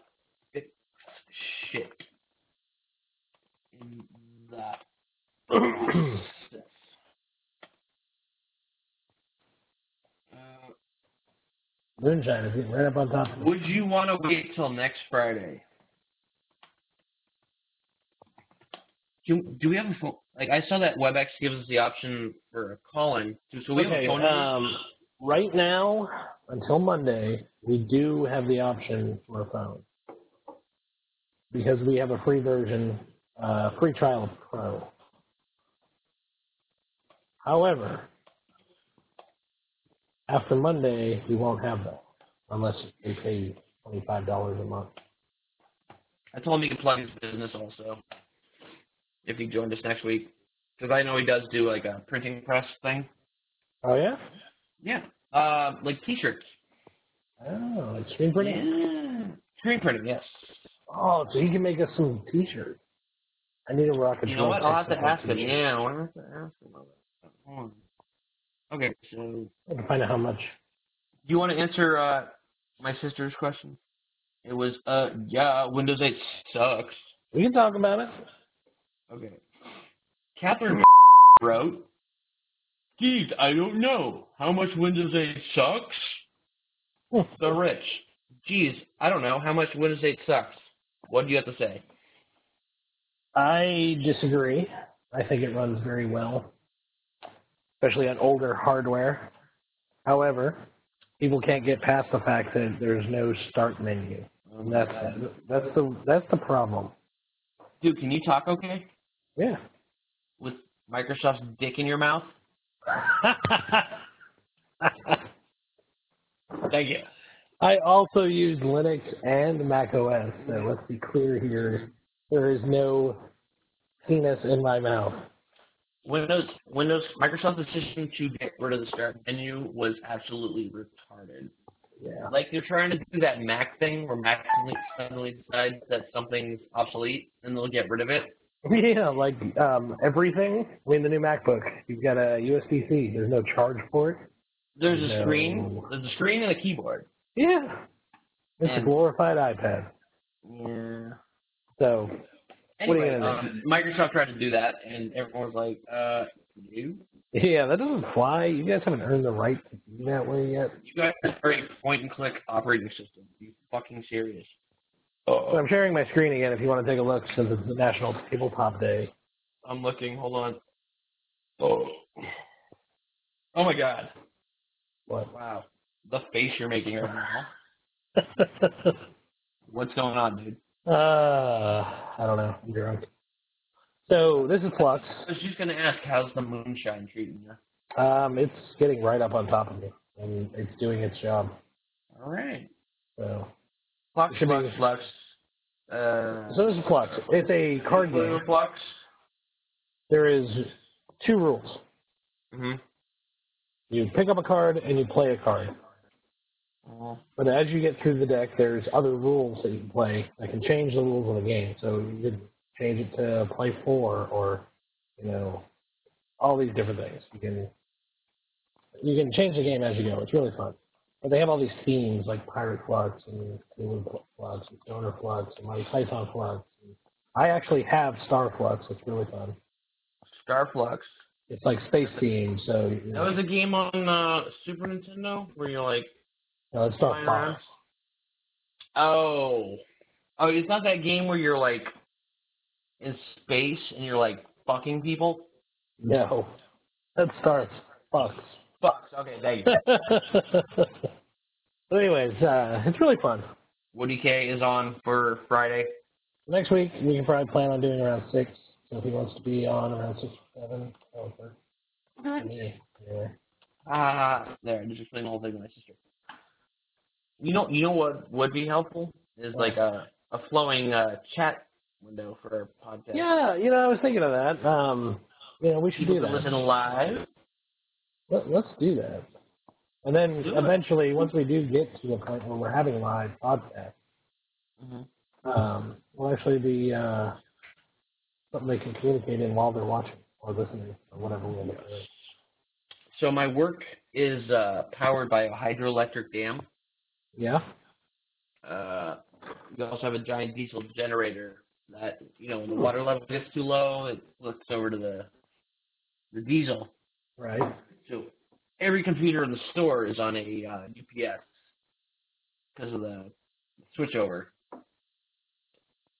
fix shit in the Uh, process. Uh, Moonshine is getting right up on top of me. Would you want to wait till next Friday? Do, do we have a phone? Like I saw that WebEx gives us the option for a call in. So we have a Okay. phone number. Um, right now, until Monday, we do have the option for a phone because we have a free version, uh, free trial of Pro. However, after Monday, we won't have that unless we pay twenty-five dollars a month. I told him he could plug his business also if he joined us next week, because I know he does do like a printing press thing. Oh yeah, Yeah, uh, like T-shirts. oh, like screen printing. Yeah, screen printing. Yes. Oh, so he can make us some T-shirts. I need a rocket. You know what? I'll have to ask him. him. Yeah, I'll have to ask him about that. Hold on. Okay, so do I can find out how much. you want to answer uh, my sister's question? It was, uh, yeah, Windows 8 sucks. We can talk about it. Okay. Catherine wrote, Keith, I don't know how much Windows 8 sucks. Hmm. The rich. Geez, I don't know how much Windows 8 sucks. What do you have to say? I disagree. I think it runs very well, especially on older hardware. However, people can't get past the fact that there's no start menu. Oh And my that's God. that's the that's the problem. Dude, can you talk okay Yeah. with Microsoft's dick in your mouth? Thank you. I also use Linux and Mac OS, so let's be clear here. There is no penis in my mouth. Windows, Windows, Microsoft's decision to get rid of the start menu was absolutely retarded. Yeah. Like they're trying to do that Mac thing where Mac suddenly suddenly decides that something's obsolete and they'll get rid of it. Yeah, like um, everything. I mean, the new MacBook. You've got a USB C. There's no charge port. There's a screen. No. There's a screen and a keyboard. Yeah. It's a And- glorified iPad. Yeah. So What are you Anyway, gonna um, Microsoft tried to do that, and everyone's like, "Uh, you, yeah, that doesn't fly. You guys haven't earned the right to be that way yet. you guys are a point-and-click operating system. Are you fucking serious?" So Oh, I'm sharing my screen again if you want to take a look since it's the National Tabletop Day. I'm looking. Hold on. Oh, oh my God! What? Wow, the face you're making right now. What's going on, dude? uh, I don't know. I'm drunk. So this is Flux. I was just gonna ask, how's the moonshine treating you? Um, it's getting right up on top of me, and it's doing its job. All right. So, Flux, Should flux, be- flux. Uh, so this is Flux. It's a card game. blue flux. There is two rules. Mm-hmm. hmm You pick up a card and you play a card. But as you get through the deck, there's other rules that you can play that can change the rules of the game. So you could change it to play four, or you know, all these different things. You can you can change the game as you go. It's really fun. But they have all these themes like pirate flux and Cthulhu flux and stoner flux and Monty Python flux. I actually have Star Flux. It's really fun. Star flux. It's like space themed, so you That know, was a game on uh, Super Nintendo where you're like no, it's Star flying around. Fox. Oh, oh, it's not that game where you're like in space and you're like fucking people. No, that's Star Fox. Fucks. Okay, thank you. but anyways, uh, it's really fun. Woody K is on for Friday. Next week we can probably plan on doing around six. So if he wants to be on around six or seven, that would work for me. Yeah. Ah, there. I just explained the whole thing to my sister. You know, you know what would be helpful is like a a flowing uh, chat window for our podcast. yeah, you know, I was thinking of that. Um, you know, we should people do can that. listen live. Let, let's do that. And then Do it. eventually, once we do get to the point where we're having live podcast, Mhm. um, will actually be uh, something they can communicate in while they're watching or listening or whatever we end up doing. So my work is uh, powered by a hydroelectric dam. Yeah. Uh, we also have a giant diesel generator that you know when the water level gets too low, it flips over to the the diesel. Right. So every computer in the store is on a uh, UPS because of the switchover.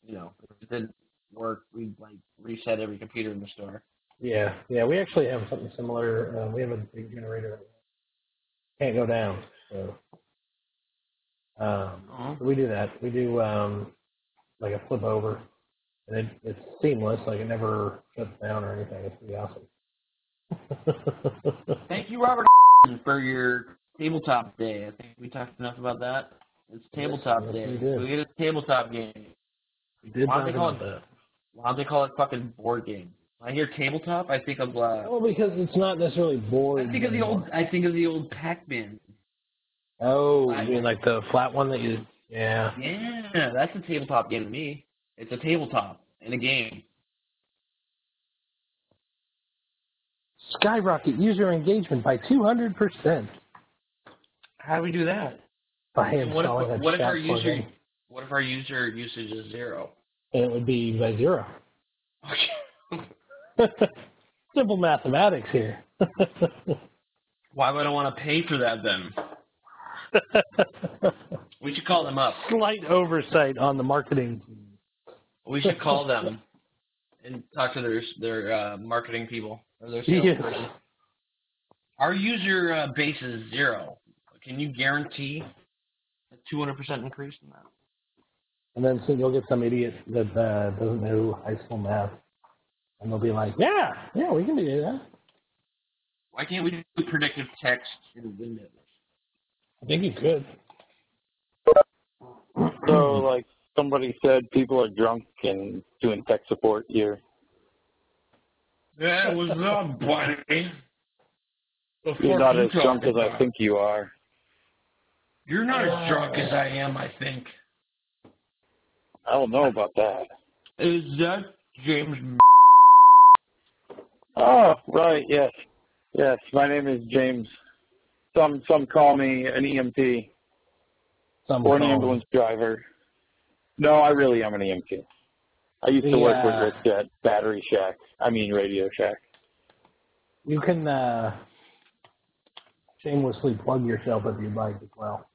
You know, if it didn't work, we'd like reset every computer in the store. Yeah, um, yeah, we actually have something similar. Uh, we have a big generator that can't go down. So um, Oh, so we do that. We do um, like a flip over, and it, it's seamless. Like it never shuts down or anything. It's pretty awesome. thank you, Robert, for your tabletop day. I think we talked enough about that. It's tabletop Yes, day. we did. We get a tabletop game. we did Why talk don't they call about it? that. Why don't they call it fucking board game? When I hear tabletop, I think of uh, Well, because it's not necessarily Oh, I boards. think of the anymore. old. I think of the old Pac-Man. Oh, I- you mean like the flat one that you? Yeah. Yeah, that's a tabletop game to me. It's a tabletop in a game. Skyrocket user engagement by two hundred percent How do we do that? by And what if installing a what if chat our user plugin. what if our user usage is zero? And it would be by zero. Simple mathematics here. Why would I want to pay for that then? We should call them up. Slight oversight on the marketing team. We should call them and talk to their their uh, marketing people or their salesperson. Yes. Our user uh, base is zero. Can you guarantee a two hundred percent increase in that? And then soon you'll get some idiot that uh, doesn't know high school math, and they'll be like, "Yeah, yeah, we can do that." Why can't we do predictive text in Windows? I think you could. So, Hmm. like somebody said, people are drunk and doing tech support here. That was up, buddy. The You're fuck not you as drunk talking as I about? think you are. You're not as drunk as I am, I think. I don't know about that. Is that James? M- Oh, right. Yes. Yes. My name is James. Some some call me an EMT Some or an call ambulance driver. No, I really am an EMT. I used to The, work with uh, Rick at Battery Shack. I mean Radio Shack. You can uh, shamelessly plug yourself if you'd like as well.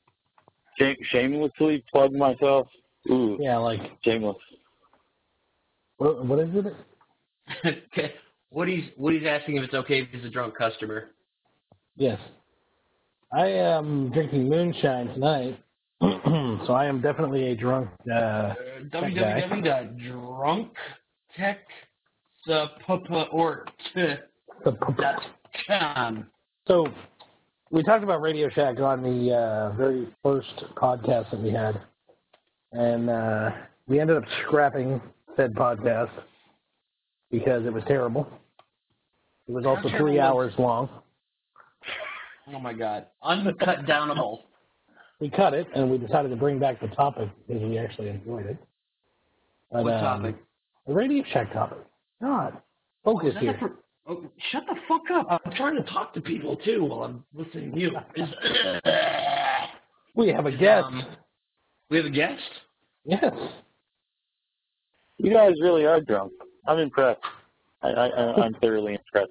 Shame, shamelessly plug myself. Ooh, Yeah, like shameless. what, what is it? Woody's Woody's asking if it's okay if he's a drunk customer. Yes, I am drinking moonshine tonight, so I am definitely a drunk. Uh, Uh, tech guy. www.drunktechsupport.com. So we talked about Radio Shack on the uh, very first podcast that we had, and uh, we ended up scrapping said podcast because it was terrible. It was How also terrible three was- hours long. Oh my god. Uncut downable. We cut it, and we decided to bring back the topic because we actually enjoyed it. But, What um, topic? The Radio Shack topic. God, Is focus that the here. fir- oh, shut the fuck up. I'm trying to talk to people too while I'm listening to you. Is, We have a is, guest. um, we have a guest? yes. You guys really are drunk. I'm impressed. I, I, I- I'm thoroughly impressed.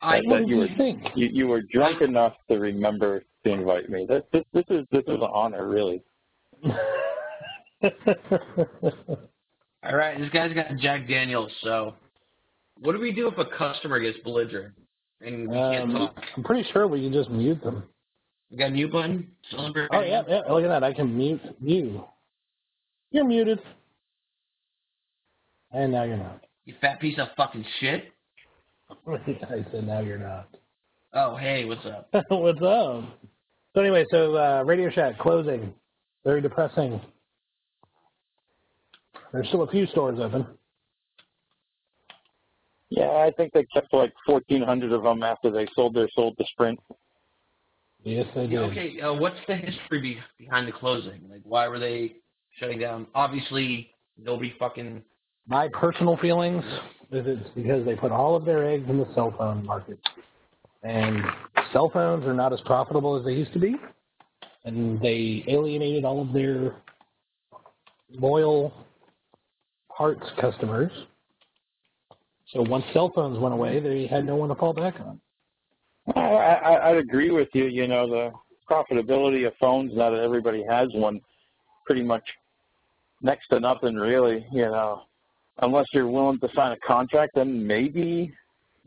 I That What did you you were- think? You, you were drunk enough to remember to invite me. That, this, this is this is an honor, really. All right, this guy's got Jack Daniels. So, what do we do if a customer gets belligerent and we can't Um, talk? I'm pretty sure we can just mute them. We got a mute button. Celebrate. Oh yeah, yeah. Look at that. I can mute you. You're muted. And now you're not. You fat piece of fucking shit. I said now you're not. Oh hey, what's up? What's up? So anyway, so uh, Radio Shack closing. Very depressing. There's still a few stores open. Yeah, I think they kept like 1,400 of them after they sold their sold to Sprint. Yes, they Yeah, do. okay, uh, what's the history be- behind the closing? Like, why were they shutting down? Obviously, nobody fucking. My personal feelings is it's because they put all of their eggs in the cell phone market, and cell phones are not as profitable as they used to be, and they alienated all of their loyal parts customers. So once cell phones went away, they had no one to fall back on. I, I, I'd agree with you. You know, the profitability of phones, now that everybody has one, pretty much next to nothing, really. You know, unless you're willing to sign a contract, then maybe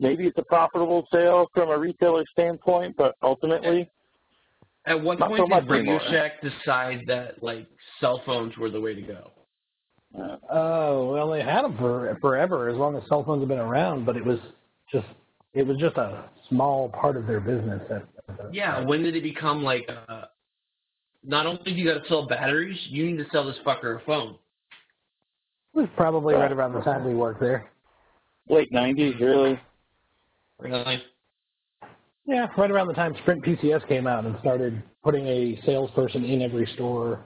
maybe it's a profitable sale from a retailer standpoint. But ultimately, At what Not so point much did anymore. Radioshaq decide that like cell phones were the way to go? Uh, Oh well, they had them for forever, as long as cell phones have been around. But it was just it was just a small part of their business. At, at Yeah, when did it become like uh not only do you got to sell batteries, you need to sell this fucker a phone. it was probably right around the time we worked there. late '90s, really. Really? Yeah, right around the time Sprint PCS came out and started putting a salesperson in every store.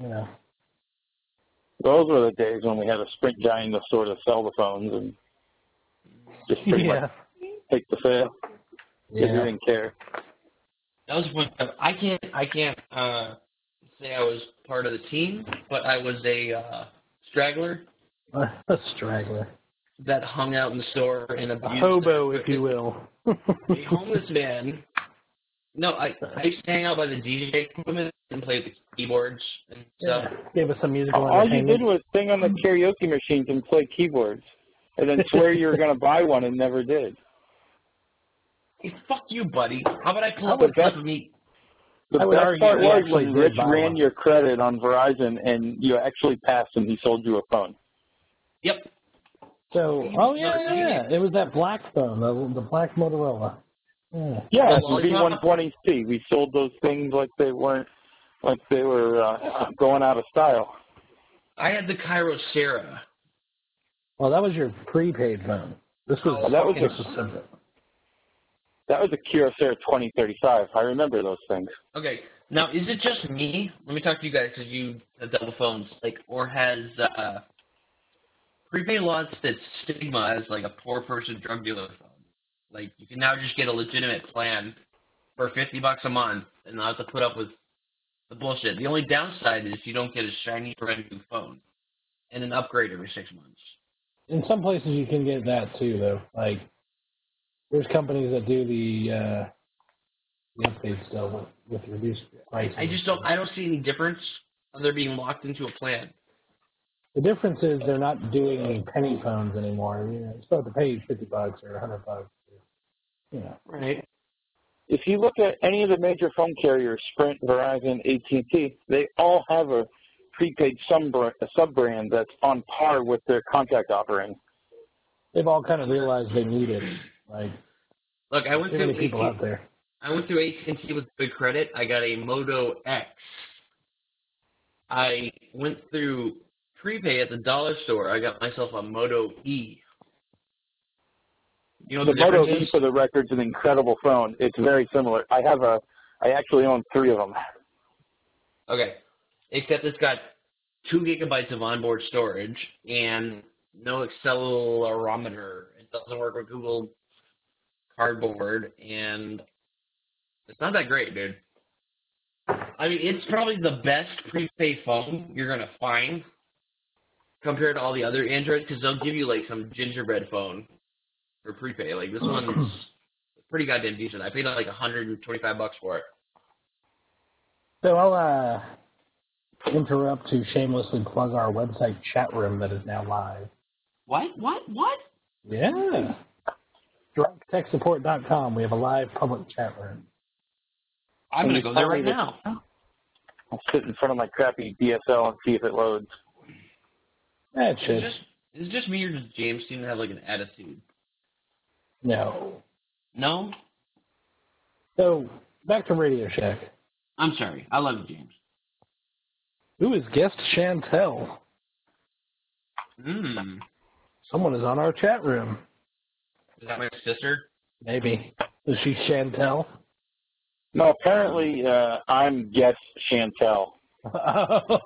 You know, Those were the days when we had a Sprint giant to sort of sell the phones and just pretty much take the sale because yeah. we didn't care. That was when I can't I can't uh say I was part of the team, but I was a uh straggler a straggler, that hung out in the store and a abused hobo, if you will. a homeless man. No, I I used to hang out by the DJ equipment and play with the keyboards and stuff. yeah. Gave us some musical All you did entertainment. was sing on the karaoke machines and play keyboards, and then swear you were going to buy one and never did. Hey, fuck you, buddy. How about I pull up would a clip bet- of me? The I would best argue part he was actually when did Rich buy ran one. your credit on Verizon and you actually passed and he sold you a phone. Yep. So, You- oh yeah, no, you yeah, did. yeah. it was that black phone, the, the black Motorola. Yeah. Yeah, The the lollipop? V120C. We sold those things like they weren't, like they were uh, going out of style. I had the Cairo Sarah. Well, that was your prepaid phone. This was Oh, that was this a- was separate. That was a Kyocera 2035. I remember those things. Okay. Now, is it just me? Let me talk to you guys because you have double phones. Like, or has uh, prepaid laws that stigma as like a poor person drug dealer phone? Like, you can now just get a legitimate plan for fifty bucks a month and not have to put up with the bullshit. The only downside is you don't get a shiny brand new phone and an upgrade every six months. In some places, you can get that too, though. Like, there's companies that do the, uh, the updates still with, with reduced prices. I just don't. I don't see any difference other than being locked into a plan. The difference is they're not doing any penny phones anymore. You know, you still have to pay fifty bucks or a hundred bucks. You know, Right. if you look at any of the major phone carriers, Sprint, Verizon, AT&T, they all have a prepaid sub-brand, sub-brand that's on par with their contract offering. they've all kind of realized they need it. Like, Look, I went too through many people 18 out there. I went through AT&T with good credit. I got a Moto X. I went through prepay at the dollar store. I got myself a Moto E. You know The what the, Moto E, difference for the record, is an incredible phone. It's very similar. I have a, I actually own three of them. is? Okay. Except it's got two gigabytes of onboard storage and no accelerometer. It doesn't work with Google Cardboard, and it's not that great, dude. I mean, it's probably the best prepaid phone you're gonna find compared to all the other Androids because they'll give you like some gingerbread phone for prepaid. Like this one's pretty goddamn decent. I paid like 125 bucks for it. So I'll uh, interrupt to shamelessly plug our website chat room that is now live. What? What? What? Yeah. DrunkTechSupport.com. We have a live public chat room. I'm gonna go there right now. I'll sit in front of my crappy DSL and see if it loads. That Is it should just is it just me or does James seem to have like an attitude? no. No, So back to Radio Shack. I'm sorry. I love you, James. Who is guest Chantel? Mm. Someone is on our chat room. Is that my sister? Maybe. Is she Chantel? No, apparently uh, I'm guest Chantel. Oh.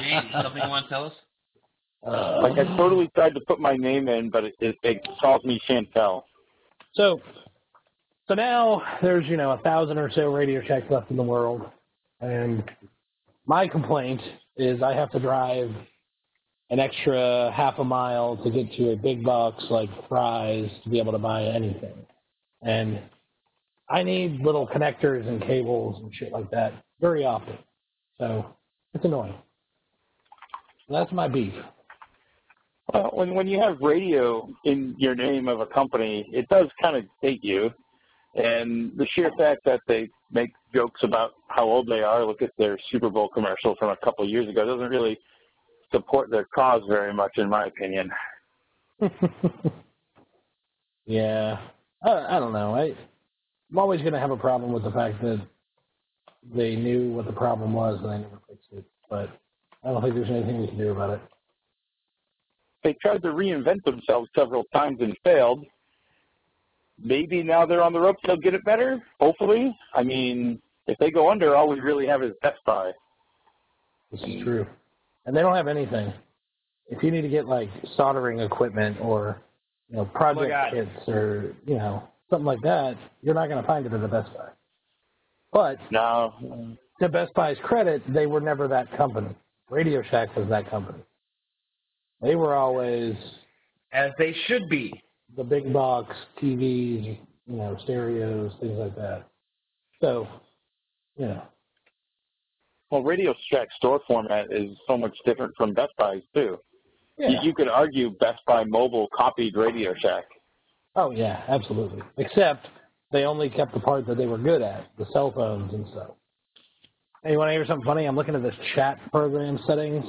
James, something you want to tell us? Uh, Uh. Like I totally tried to put my name in, but it, it, it calls me Chantel. So, so now there's you know a thousand or so Radio Shacks left in the world, and my complaint is I have to drive an extra half a mile to get to a big box like Fry's to be able to buy anything, and I need little connectors and cables and shit like that very often. So it's annoying. That's my beef. Well, Uh, when when you have radio in your name of a company, it does kind of date you, and the sheer fact that they make jokes about how old they are. Look at their Super Bowl commercial from a couple of years ago. It doesn't really support their cause very much, in my opinion. yeah, I, I don't know. I, I'm always going to have a problem with the fact that they knew what the problem was and they never fixed it. But I don't think there's anything we can do about it. They tried to reinvent themselves several times and failed. Maybe now they're on the ropes, they'll get it better, hopefully. I mean, if they go under, all we really have is Best Buy. This is true. And they don't have anything. If you need to get like soldering equipment or you know project Oh God. kits or you know something like that, you're not going to find it at the Best Buy. But No. to Best Buy's credit, they were never that company. Radio Shack was that company. They were always as they should be. the big box TVs, you know, stereos, things like that. So, you know, Well, Radio Shack store format is so much different from Best Buy's, too. yeah. You, you could argue Best Buy Mobile copied Radio Shack. oh yeah, absolutely. Except they only kept the part that they were good at, the cell phones and stuff. Hey, you want to hear something funny? I'm looking at this chat program settings.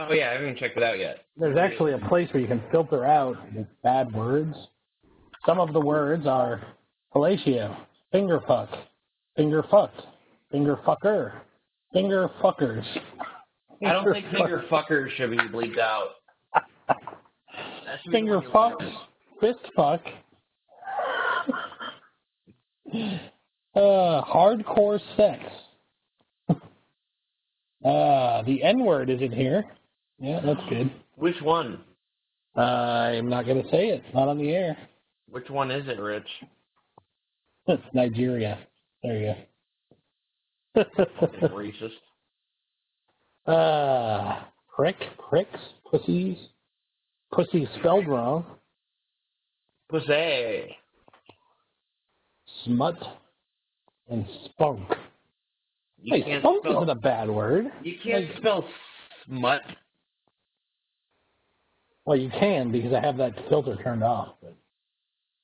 Oh yeah, I haven't checked it out yet. There's actually a place where you can filter out the bad words. Some of the words are fellatio, finger fuck, finger fucked, finger fucker, finger fuckers. I don't think fuck- finger fucker should be bleeped out. That should be finger one of your fuck, words. fist fuck, uh, hardcore sex. Uh, the N word is in here. Yeah, that's good. Which one? I'm not gonna say it. Not on the air. Which one is it, Rich? Nigeria. There you go. Racist. Uh, prick, pricks, pussies, pussy spelled wrong, Pussy. smut, and spunk. You hey, can't spunk spell. isn't a bad word. You can't Like- spell smut. Well, you can because I have that filter turned off. But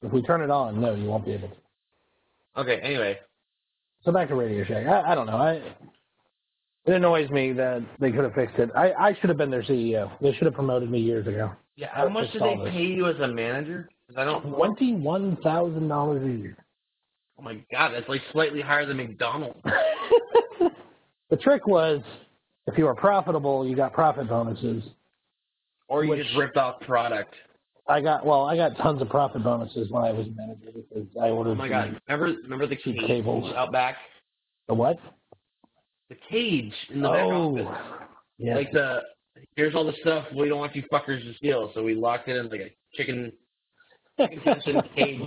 if we turn it on, no, you won't be able to. Okay. Anyway, So back to Radio Shack. I, I don't know. I it annoys me that they could have fixed it. I, I should have been their CEO. They should have promoted me years ago. yeah. How much do they Solid. pay you as a manager? 'Cause I don't. Twenty-one thousand dollars a year. Oh my god, that's like slightly higher than McDonald's. the trick was if you were profitable, you got profit bonuses. Or you Which- just ripped off product. I got well, I got tons of profit bonuses when I was manager because I ordered Oh my god. Remember, remember the Cheap cage cables. out back? the what? The cage in the oh, back office. yeah. Like the here's all the stuff we don't want you fuckers to steal, so we locked it in like a chicken chicken fencing cage.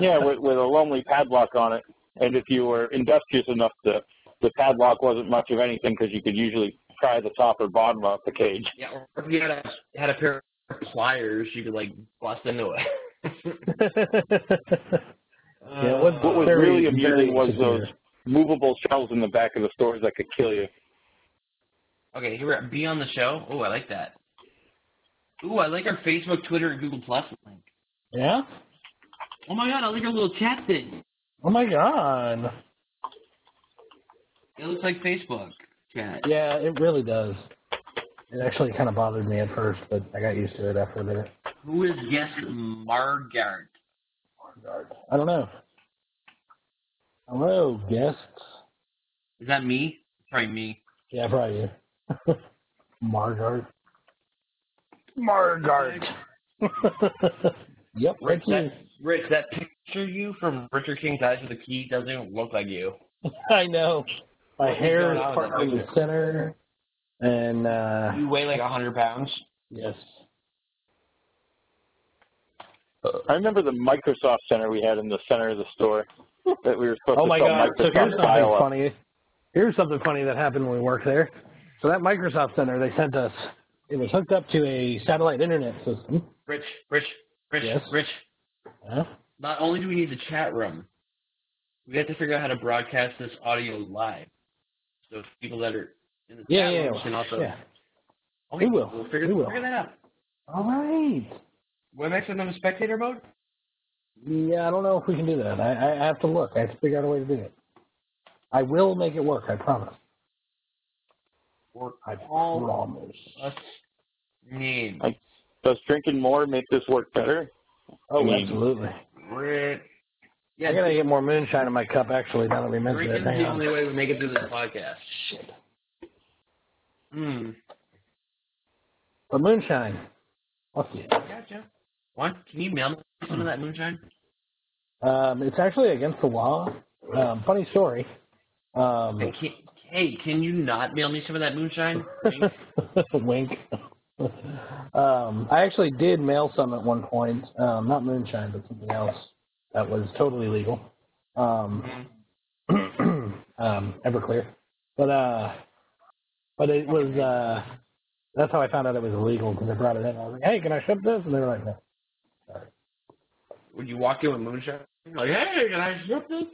yeah, with, with a lonely padlock on it. And if you were industrious enough, the the padlock wasn't much of anything because you could usually pry the top or bottom off the cage. Yeah, or if you had a had a pair of pliers, you could like bust into it. Yeah, it uh, wasn't What was very- really amusing very was secure. those movable shelves in the back of the stores that could kill you. Okay, here we are. Be on the show. Oh, I like that. Ooh, I like our Facebook, Twitter, and Google Plus link. Yeah? Oh my god, I like our little chat thing. Oh my god. It looks like Facebook chat. Yeah, it really does. It actually kind of bothered me at first, but I got used to it after a minute. Who is guest Margaret? I don't know. Hello, guests. Is that me? Probably me. Yeah, probably you. Margart. Margart. yep, right Rich, that, here. Rich, that picture of you from Richard King's Eyes with a Key doesn't even look like you. I know. My What's hair going is on with partly that in the picture? center, and uh, You weigh like a 100 pounds. yes, I remember the Microsoft Center we had in the center of the store that we were supposed Oh to my sell God! So here's Microsoft something dial-up. funny. Here's something funny that happened when we worked there. So that Microsoft Center they sent us, it was hooked up to a satellite internet system. Rich, Rich, Rich, Yes? Rich. Huh? Not only do we need the chat room, we have to figure out how to broadcast this audio live. So people that are in the Yeah, chat yeah, room yeah. can also. yeah. Okay, We will. We'll figure, We will. figure that out. All right. When I send them a spectator mode? Yeah, I don't know if we can do that. I, I have to look. I have to figure out a way to do it. I will make it work. I promise. Work I all promise. us needs. Like, does drinking more make this work better? I Oh, mean, absolutely. Rick. Yeah, I gotta dr- get more moonshine in my cup. Actually, now that we mention it, drinking's hang the on. only way we make it through this podcast. Shit. Mm. But moonshine. Fuck you. Gotcha. What? Can you mail me some of that moonshine? Um, it's actually against the law. Um, funny story. Hey, Um, can, hey, can you not mail me some of that moonshine? Wink. wink. Um, I actually did mail some at one point. Um, not moonshine, but something else that was totally legal. Um, Mm. um, Everclear. But uh, but it was uh, that's how I found out it was illegal because I brought it in. I was like, hey, can I ship this? And they were like, no. Would you walk in with moonshine? Like, hey, can I ship this?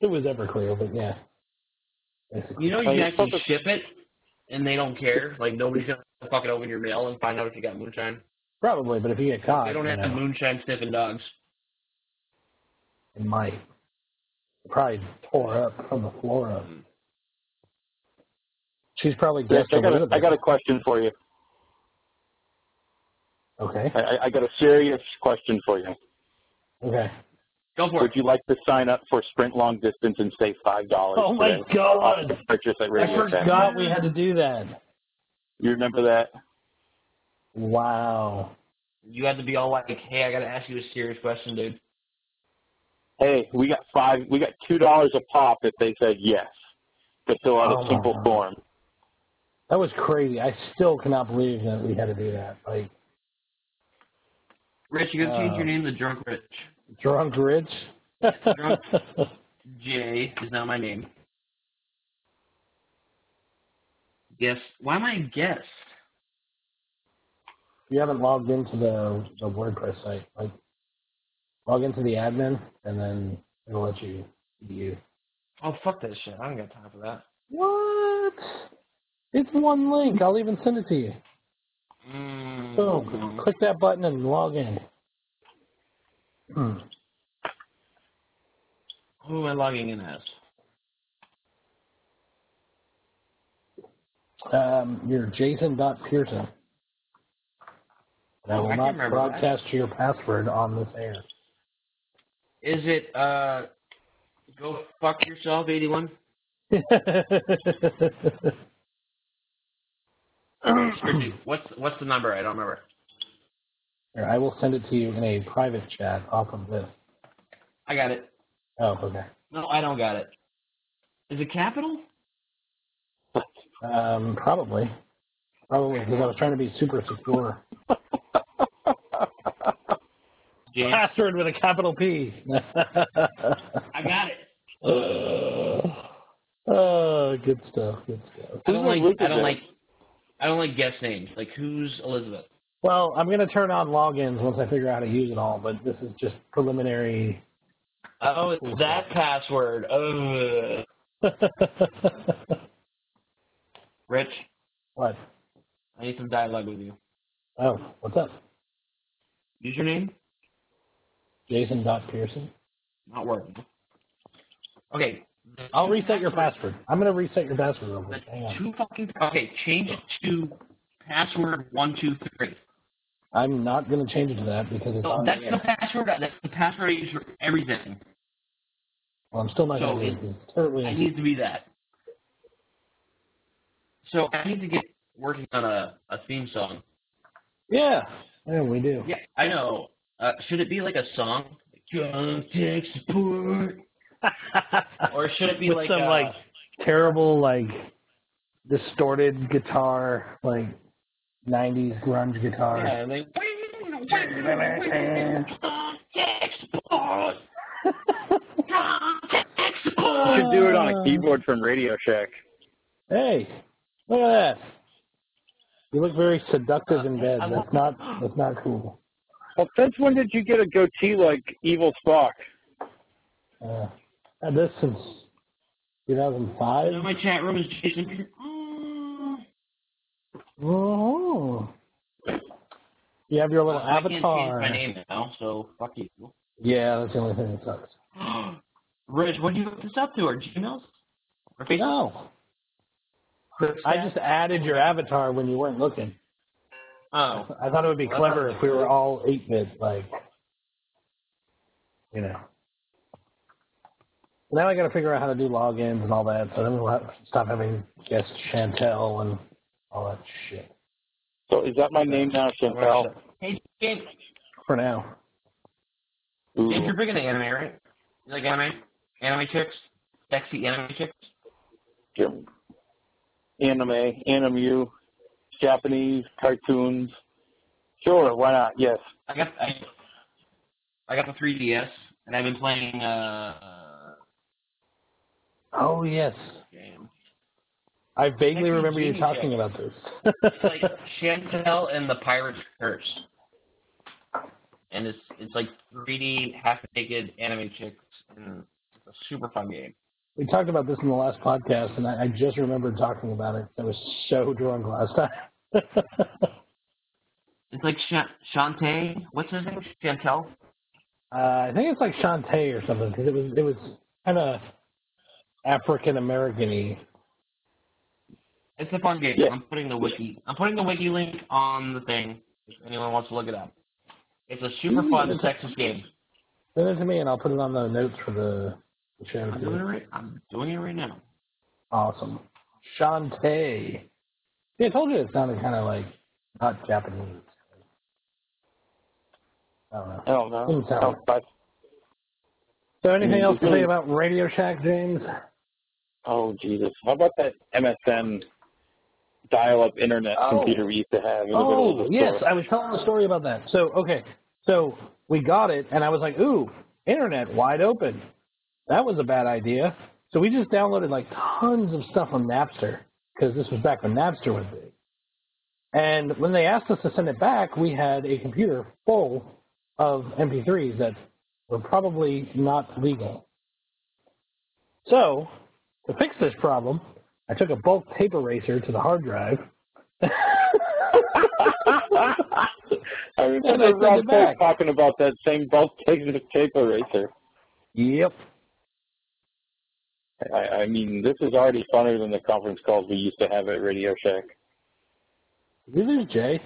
It was Everclear, but yeah, basically. You know, you are can you actually supposed to ship it, and they don't care. Like, nobody's gonna fucking open your mail and find out if you got moonshine. Probably, but if you get They caught, don't you have know, moonshine sniffing dogs. it might. It probably tore up from the floor up. Mm-hmm. Mm. She's probably Rick, guessed a I got a, little I bit. got a question for you. Okay. I, I I got a serious question for you. Okay. Go for Would it. you like to sign up for sprint long distance and save five dollars Oh my today off god! the purchase I at Radio Shack? forgot we had to do that. You remember that? Wow. You had to be all like, hey, I gotta ask you a serious question, dude. Hey, we got five. We got two dollars a pop if they said yes to fill out a Oh my simple god. form. That was crazy. I still cannot believe that we had to do that. Like, Rich, you gotta change your Um, name to Drunk Rich. drunk rich? Drunk Jay is not my name. Guest. Why am I a guest? you haven't logged into the, the WordPress site. Like, log into the admin, and then it'll let you be you. Oh, fuck that shit. I don't got time for that. What? It's one link. I'll even send it to you. Boom. Mm. Click that button and log in. Hmm. Who am I logging in as? Um, you're jason.pearson. And I Oh, will I can not remember that. broadcast your password on this air. Is it, uh, go fuck yourself, 81? Richie, Here, what's, what's the number? I don't remember. I will send it to you in a private chat off of this. I got it. Oh, okay. No, I don't got it. Is it capital? Um, probably. Probably because I was trying to be super secure. James? Password with a capital P. I got it. oh, Uh, good stuff. Good stuff. I This don't is like, I Lucas. don't like, I don't like guest names. Like, who's Elizabeth? Well, I'm going to turn on logins once I figure out how to use it all, but this is just preliminary Oh, it's cool stuff. that password. Oh. Ugh. Rich, what? I need some dialogue with you. Oh, what's up? Username? Jason dot Pearson. Not working. Okay. The I'll two reset your passwords. password. I'm going to reset your password real The quick. Hang on. two fucking. Okay, change it to password one two three. I'm not going to change it to that because it's So on the that's the air. password. That's the password I use for everything. Well, I'm still not going So to do it it, because it's totally I insecure. need to be that. So I need to get working on a, a theme song. Yeah. Yeah, we do. Yeah, I know. Uh, should it be like a song? Drunk tech support. Or should it be With like some, like, a terrible, like, distorted guitar, like, 90s grunge guitar. yeah? Like drunk tech support. Drunk tech You support. should do it on a Uh, keyboard from Radio Shack. Hey, look at that. You look very seductive Uh, in I bed. love. That's not that's not cool. Well, since when did you get a goatee like Evil Spock? Uh, had this since Now 2005. my chat room is Jason. Peterson. Mm, Oh. You have your little Well, I can't change my avatar. name now, so fuck you. Yeah, that's the only thing that sucks. Rich, what do you hook this up to? Our Gmails? Our Facebook? No, Chris, I just added your avatar when you weren't looking. Oh, I thought it would be clever if we were all eight bit, like, you know. Now I got to figure out how to do logins and all that, so then we'll have, stop having guest Chantel and all that shit So is that my name now, Chantel? hey, Jake, for now. Ooh. Jake, you're big into anime, right? You like anime? Anime chicks? Sexy anime chicks? Jim. Anime, anime, Japanese cartoons. Sure, why not? Yes. I got I, I got the 3DS, and I've been playing uh Oh yes, game. I vaguely Sexy remember you genie talking chick. about this. It's like Chantel and the Pirate's Curse, and it's it's like 3D half naked anime chicks, and it's a super fun game. we talked about this in the last podcast, and I, I just remembered talking about it. I was so drunk last time. It's like Sha Shantae, what's his name? Chantel. Uh, I think it's like Shantae or something because it was it was kind of African American-y. It's a fun game. Yeah. I'm putting the wiki. I'm putting the wiki link on the thing if anyone wants to look it up. It's a super Ooh, fun, that's a- sexist game. Send it to me and I'll put it on the notes for the, the show. I'm doing it too. right. I'm doing it right now. Awesome, Shantae. Yeah, I told you it sounded kind of like not Japanese. I don't know. I don't know. Didn't sound Oh, but, So, anything Mm, else to say mhm. about Radio Shack, James? oh Jesus. How about that MSN dial up internet Oh. computer we used to have in the middle of the Oh, store? yes, I was telling the story about that. So, okay, so we got it, and I was like, ooh, internet wide open. That was a bad idea. So we just downloaded like tons of stuff on Napster because this was back when Napster was big. And when they asked us to send it back, we had a computer full of MP3s that were probably not legal. So, to fix this problem, I took a bulk tape eraser to the hard drive I And I remember sent it Rob Pope back. talking about that same bulk tape tape eraser. Yep. I, I mean, this is already funner than the conference calls we used to have at Radio Shack. Did we lose Jay?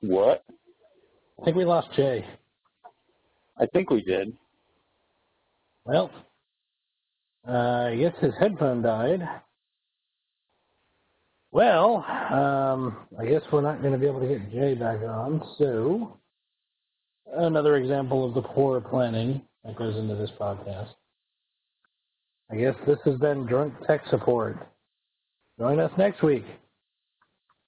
What? I think we lost Jay. I think we did. Well, uh, I guess his headphone died. Well, um, I guess we're not going to be able to get Jay back on, so another example of the poor planning that goes into this podcast. I guess this has been Drunk Tech Support. Join us next week.